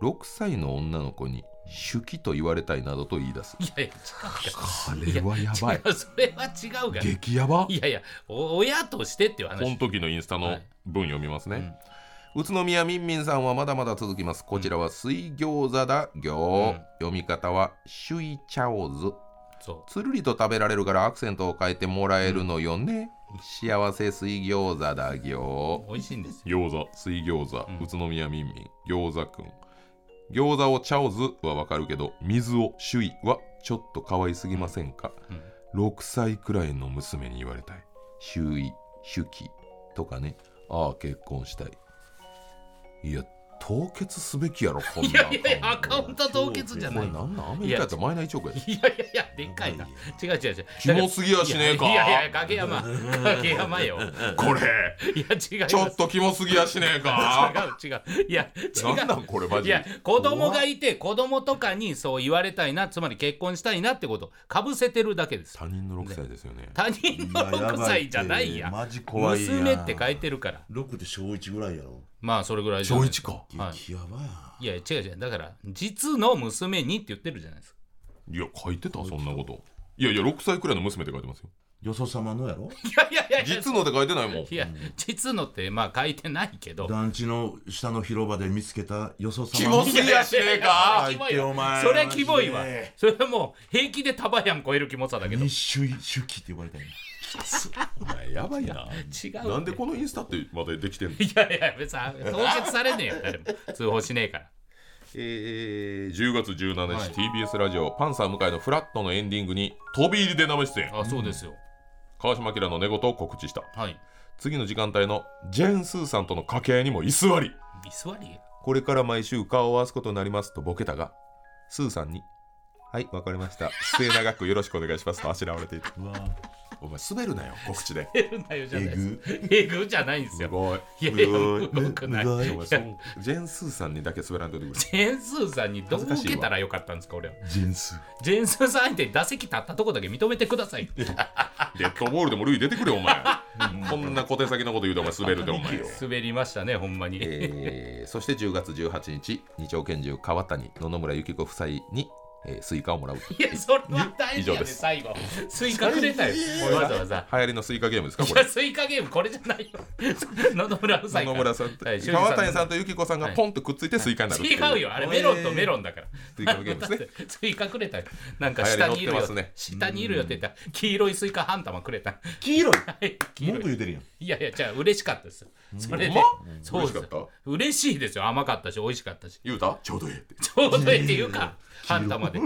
6歳の女の子に「手記と言われたい」などと言い出す
やいや
あれはやばい
違うそれは違うから
激ヤバ
いやいやお親としてっていう話
この時のインスタ
は
の
い
文読みますね、宇都宮みんみんさんはまだまだ続きますこちらは水餃子だ行、読み方はシュイチャオズ
そ
つるりと食べられるからアクセントを変えてもらえるのよね、幸せ水餃子だ行
う美味しいんですよ
餃子水餃子、
ん
宇都宮みんみん餃子くん餃子をチャオズはわかるけど水をシュイはちょっと可愛すぎませんか、6歳くらいの娘に言われたいシュイシュキとかねああ結婚したいいや凍結すべきやろこんない
やいやいやアカウント凍結じゃ
こ
ない
れ
い
なんなんアメリカやったらマイナー1億や
やいやいやでっかいな違う違う違う
キモすぎやしねえか
いやいやいや影山影山よ
これ
いや違 う
ちょっとキモすぎやしねえ か
違う違ういや違う
なんなんこれマジ
いや子供がいて子供とかにそう言われたいなつまり結婚したいなってことかぶせてるだけです
他人の6歳ですよね
他人の6歳じゃないや
いややばいってマジ怖いやん
娘って書いてるから
6で小1ぐらいやろ
まあそれぐらいじゃない
一か
はい
激ヤバやん
いや違う違うだから実の娘にって言ってるじゃないですか
いや書いてたそんなこといやいや6歳くらいの娘って書いてます よ
よそ様のやろ
いやいやいやいや
実のって書いてないもん
いや実のってまあ書いてないけど
団地の下の広場で見つけたよそ様の
キモすぎやしねえか
いやいやいや
入ってお前
それはキモいわ
マジで
それはもう平気で束やん超えるキモさだけど違
に主義主義って呼ばれたい
お前やばいな
うって
なんでこのインスタってまだできてんの
いやいや別に凍結されねえよ誰も通報しねえから
えー、10月17日、TBS ラジオパンサー向井のフラットのエンディングに飛び入りで生出演
あそうですよ、
川島明の寝言を告知した
はい
次の時間帯のジェーン・スーさんとの掛け合いにも居座り
居座り
これから毎週顔を合わすことになりますとボケたが、スーさんに、はい、わかりました。末長くよろしくお願いしますとあしらわれていた。お前、滑るなよ、告知で。
出るなよじゃない
え
です
ぐ
えぐじゃないんです
す
よ
ごい。
いやいや
うごい
動くないう
ごい
い
お前
や
そうジェーン・スーさんにだけ滑らんといてくれ。
ジェーンスーさんにど
恥ず
う
か
受
しいわ
けたらよかったんですか俺は
ジェンス
ジェーンスーさん相手に打席立ったとこだけ認めてください
デッドボールでもルイ出てくれ、お 前。こんな小手先のこと言うとお前滑るで、お前。
滑りましたねほんまに、
えーそして10月18日、二丁拳銃川谷、野々村幸子夫妻にえースイカをもらうと
いやそれは大事
以上
や
で
です最後スイカくれたよわざわざ
流行りのスイカゲームですか
い
こ
や
れ
スイカゲームこれじゃないよ野々村夫妻
野
から
々村さんと、
はい修二
川谷さん
と
とゆきこさんがポンとくっついてスイカになるってい
違うよあれメロンとメロンだから
スイカのゲームですね
だってスイカくれたよなんか下にいる
流行り乗っ
よ
てますね
下にいるよって言ったら黄色いスイカ半玉くれた
黄色い
はい黄色
文
い
句言うてるやん
いやいやじゃあ嬉しかったですそれで
ほんま
そう
嬉しか
です
った
嬉しいですよ甘かったし美味しかったし
言うたちょうどいいって
ちょうどいいっていうか半玉で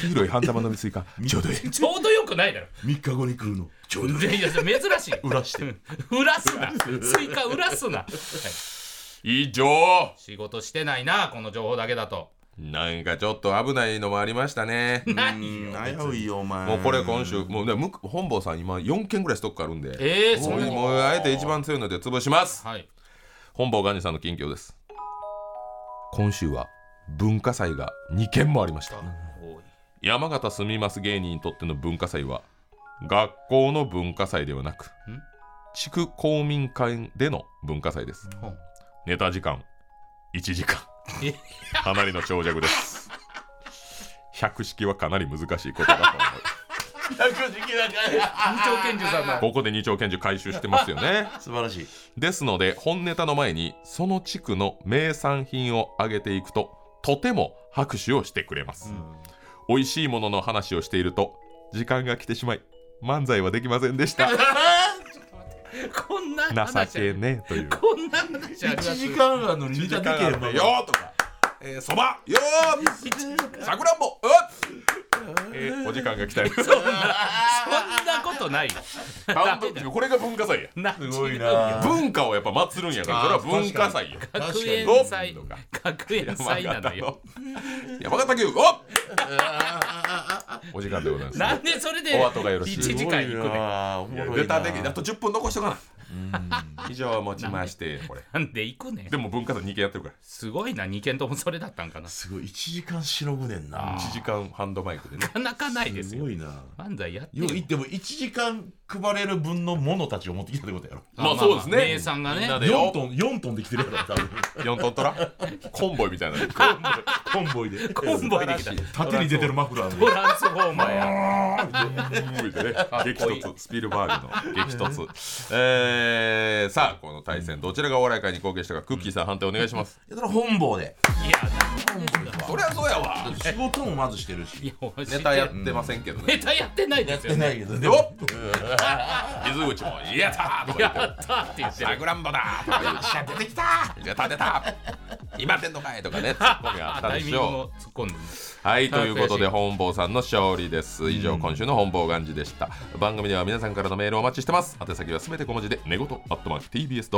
黄色い半玉のスイカちょうどいい
ちょうどよくないだろ
3日後に食うのちょうどいい
いや珍しい
裏して
裏すなスイカ裏すな、はい
以上
仕事してないなこの情報だけだと
なんかちょっと危ないのもありましたね
何よ
危ういよお前
もうこれ今週もうねむく本坊さん今4件ぐらいストックあるんで
ええー、そ
もう
う
もうあえて一番強いので潰します
はい
本坊ガンジさんの近況です今週は文化祭が2件もありました
多い
山形住みます芸人にとっての文化祭は学校の文化祭ではなく地区公民館での文化祭です
ほん
ネタ時間1時間
え
かなりの長尺です百式はかなり難しいこと だと思う
二丁拳銃さんの
ここで二丁拳銃回収してますよね
素晴らしい
ですので本ネタの前にその地区の名産品を挙げていくととても拍手をしてくれます、美味しいものの話をしていると時間が来てしまい漫才はできませんで した
こんな
情
話
けねえという
こんな話あります
1時間あるのに
時
ネタ
間
できへん
が
も
あ
ん
るよとかえーそば、よーさくらんぼうっえーお時間が 来たよ
そんなそんなことないよ
半分これが文化祭や
す
ごいな
文化をやっぱ祭るんやから
あー
それは文化祭よ
学園祭学園
山
祭なの
形
よ
の 山形牛おお時間でございます
なんでそれで
お後がよろしい
1時間行く
い
ね
ね
やネタ的にあと10分残しとかな以上持ちましてこれ
なんで行くね
でも文化祭2件やってるから
すごいな2件ともそれだったんかな
すごい1時間しのぐねんな
1時間ハンドマイクでね
なかなかないです
す
よ
ごいな
漫才やって
よ
る
う言っても1時間配れる分のものたちを持ってきたってことやろ
まあそうですね
名産がね
みんなで
4トン4トンできてるやろ 多分
4トントラコンボイみたいな
コンボイで
コンボイできた
縦に出てるマフラー
ト
も
ランスフォーマーや
ムーでね激突スピルバーグの激突えーさあこの対戦どちらがお笑い界に貢献したかクッキーさん判定お願いします
それは本坊で
いや
そりゃそうやわ
仕事もまずしてる
い
し
やお前
ネタやってませんけどね
ネタやってないですよ
ないけどで
よっ 水口も「やった!」とか言
や
って
ったーって言
「
って
さ
る
くらんぼだ!」とか言って
出てきた
「やった出た!」「今出んのかい!」とかねツッコミがあった
タ
で
イミン
し
グ
ょ
も突っ込んでね
うはいということで
あ悔しい
本坊さんの勝利です以上今週の本坊がんじでした番組では皆さんからのメールをお待ちしてます宛先はすべて小文字で寝言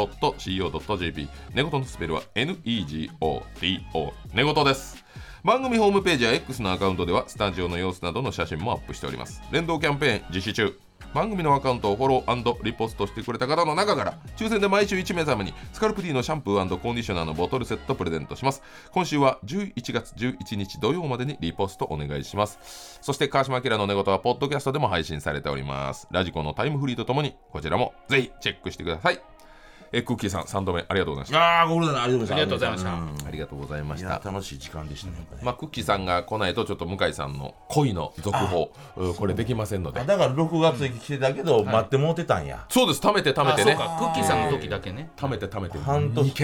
@tbs.co.jp 寝言のスペルは NEGOTO 寝言です番組ホームページや X のアカウントではスタジオの様子などの写真もアップしております連動キャンペーン実施中番組のアカウントをフォローリポストしてくれた方の中から抽選で毎週1名様にスカルプ D のシャンプーコンディショナーのボトルセットプレゼントします今週は11月11日土曜までにリポストお願いしますそして川島明の寝言はポッドキャストでも配信されておりますラジコのタイムフリーとともにこちらもぜひチェックしてくださいえクッキーさん3度目ありがとうございました
ああゴールデンあり
ありがとうございました
うん
ありがとうございま
い
し
や
た
楽しい時間でしたね
まあ、クッキーさんが来ないとちょっと向井さんの恋の続報うんこれできませんので
だから6月に来てたけど待ってもうてたんや
そうです貯めて貯め
あ
て
そう
ね
かクッキーさんの時だけね
貯めて貯めて
半年
2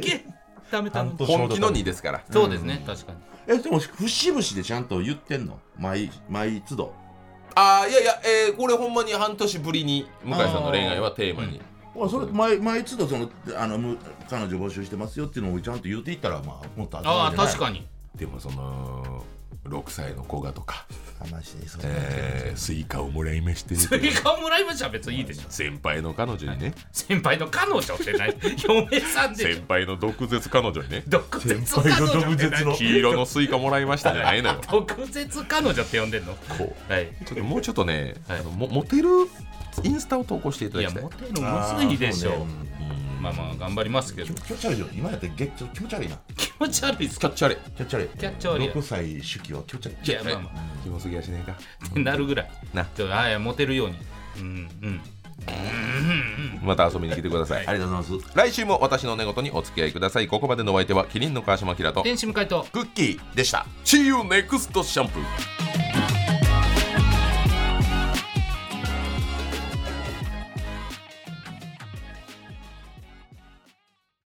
件貯めたの
半年
本気の2ですから
そうですね確かに
えでも節々でちゃんと言ってんの毎毎都度
ああいやいや、えーこれほんまに半年ぶりに向井さんの恋愛はテーマに
まあそれ毎毎都度そのあのむ彼女募集してますよっていうのをちゃんと言っていったらまあもっと
ああ確か
に
に
でもその6歳の子がとか、
話にそう
えースイカをもらいまして
スイカをもらいましたら別にいいでしょ
先輩の彼女にね
先輩の彼女って ない嫁さんでしょ
先輩の毒舌彼女に ね
毒舌
先輩
彼
の
女っ
毒
てない
舌の
黄色のスイカもらいましたじゃ ないのよ
毒舌彼女って呼んでんの
こ
はい。
うちょっともうちょっとね、
はい
あのもモテるインスタを投稿していた
い
だ
や、
きたい
モテるむずいでし
あーそ
ょ
う。ね
まあまあ、頑張りますけ
うん
ど。
気持ち悪いよ今やったらげちょっと気持ち悪いな
気持ち悪いっす
キャ
か
ッチャレ
気持ち悪い
気持ち悪いよ
6歳手記は気持ち悪
い
い
や、まあまあ、
キモすぎやしねえか
ってなるぐらい。
な
ちょっとはい、モテるように。うん、うん。う
また遊びに来てください
ありがとうございます
来週も私の寝言にお付き合いくださいここまでのお相手はキリンの川島明と
天使向かいと
クッキーでした
See you next シャンプー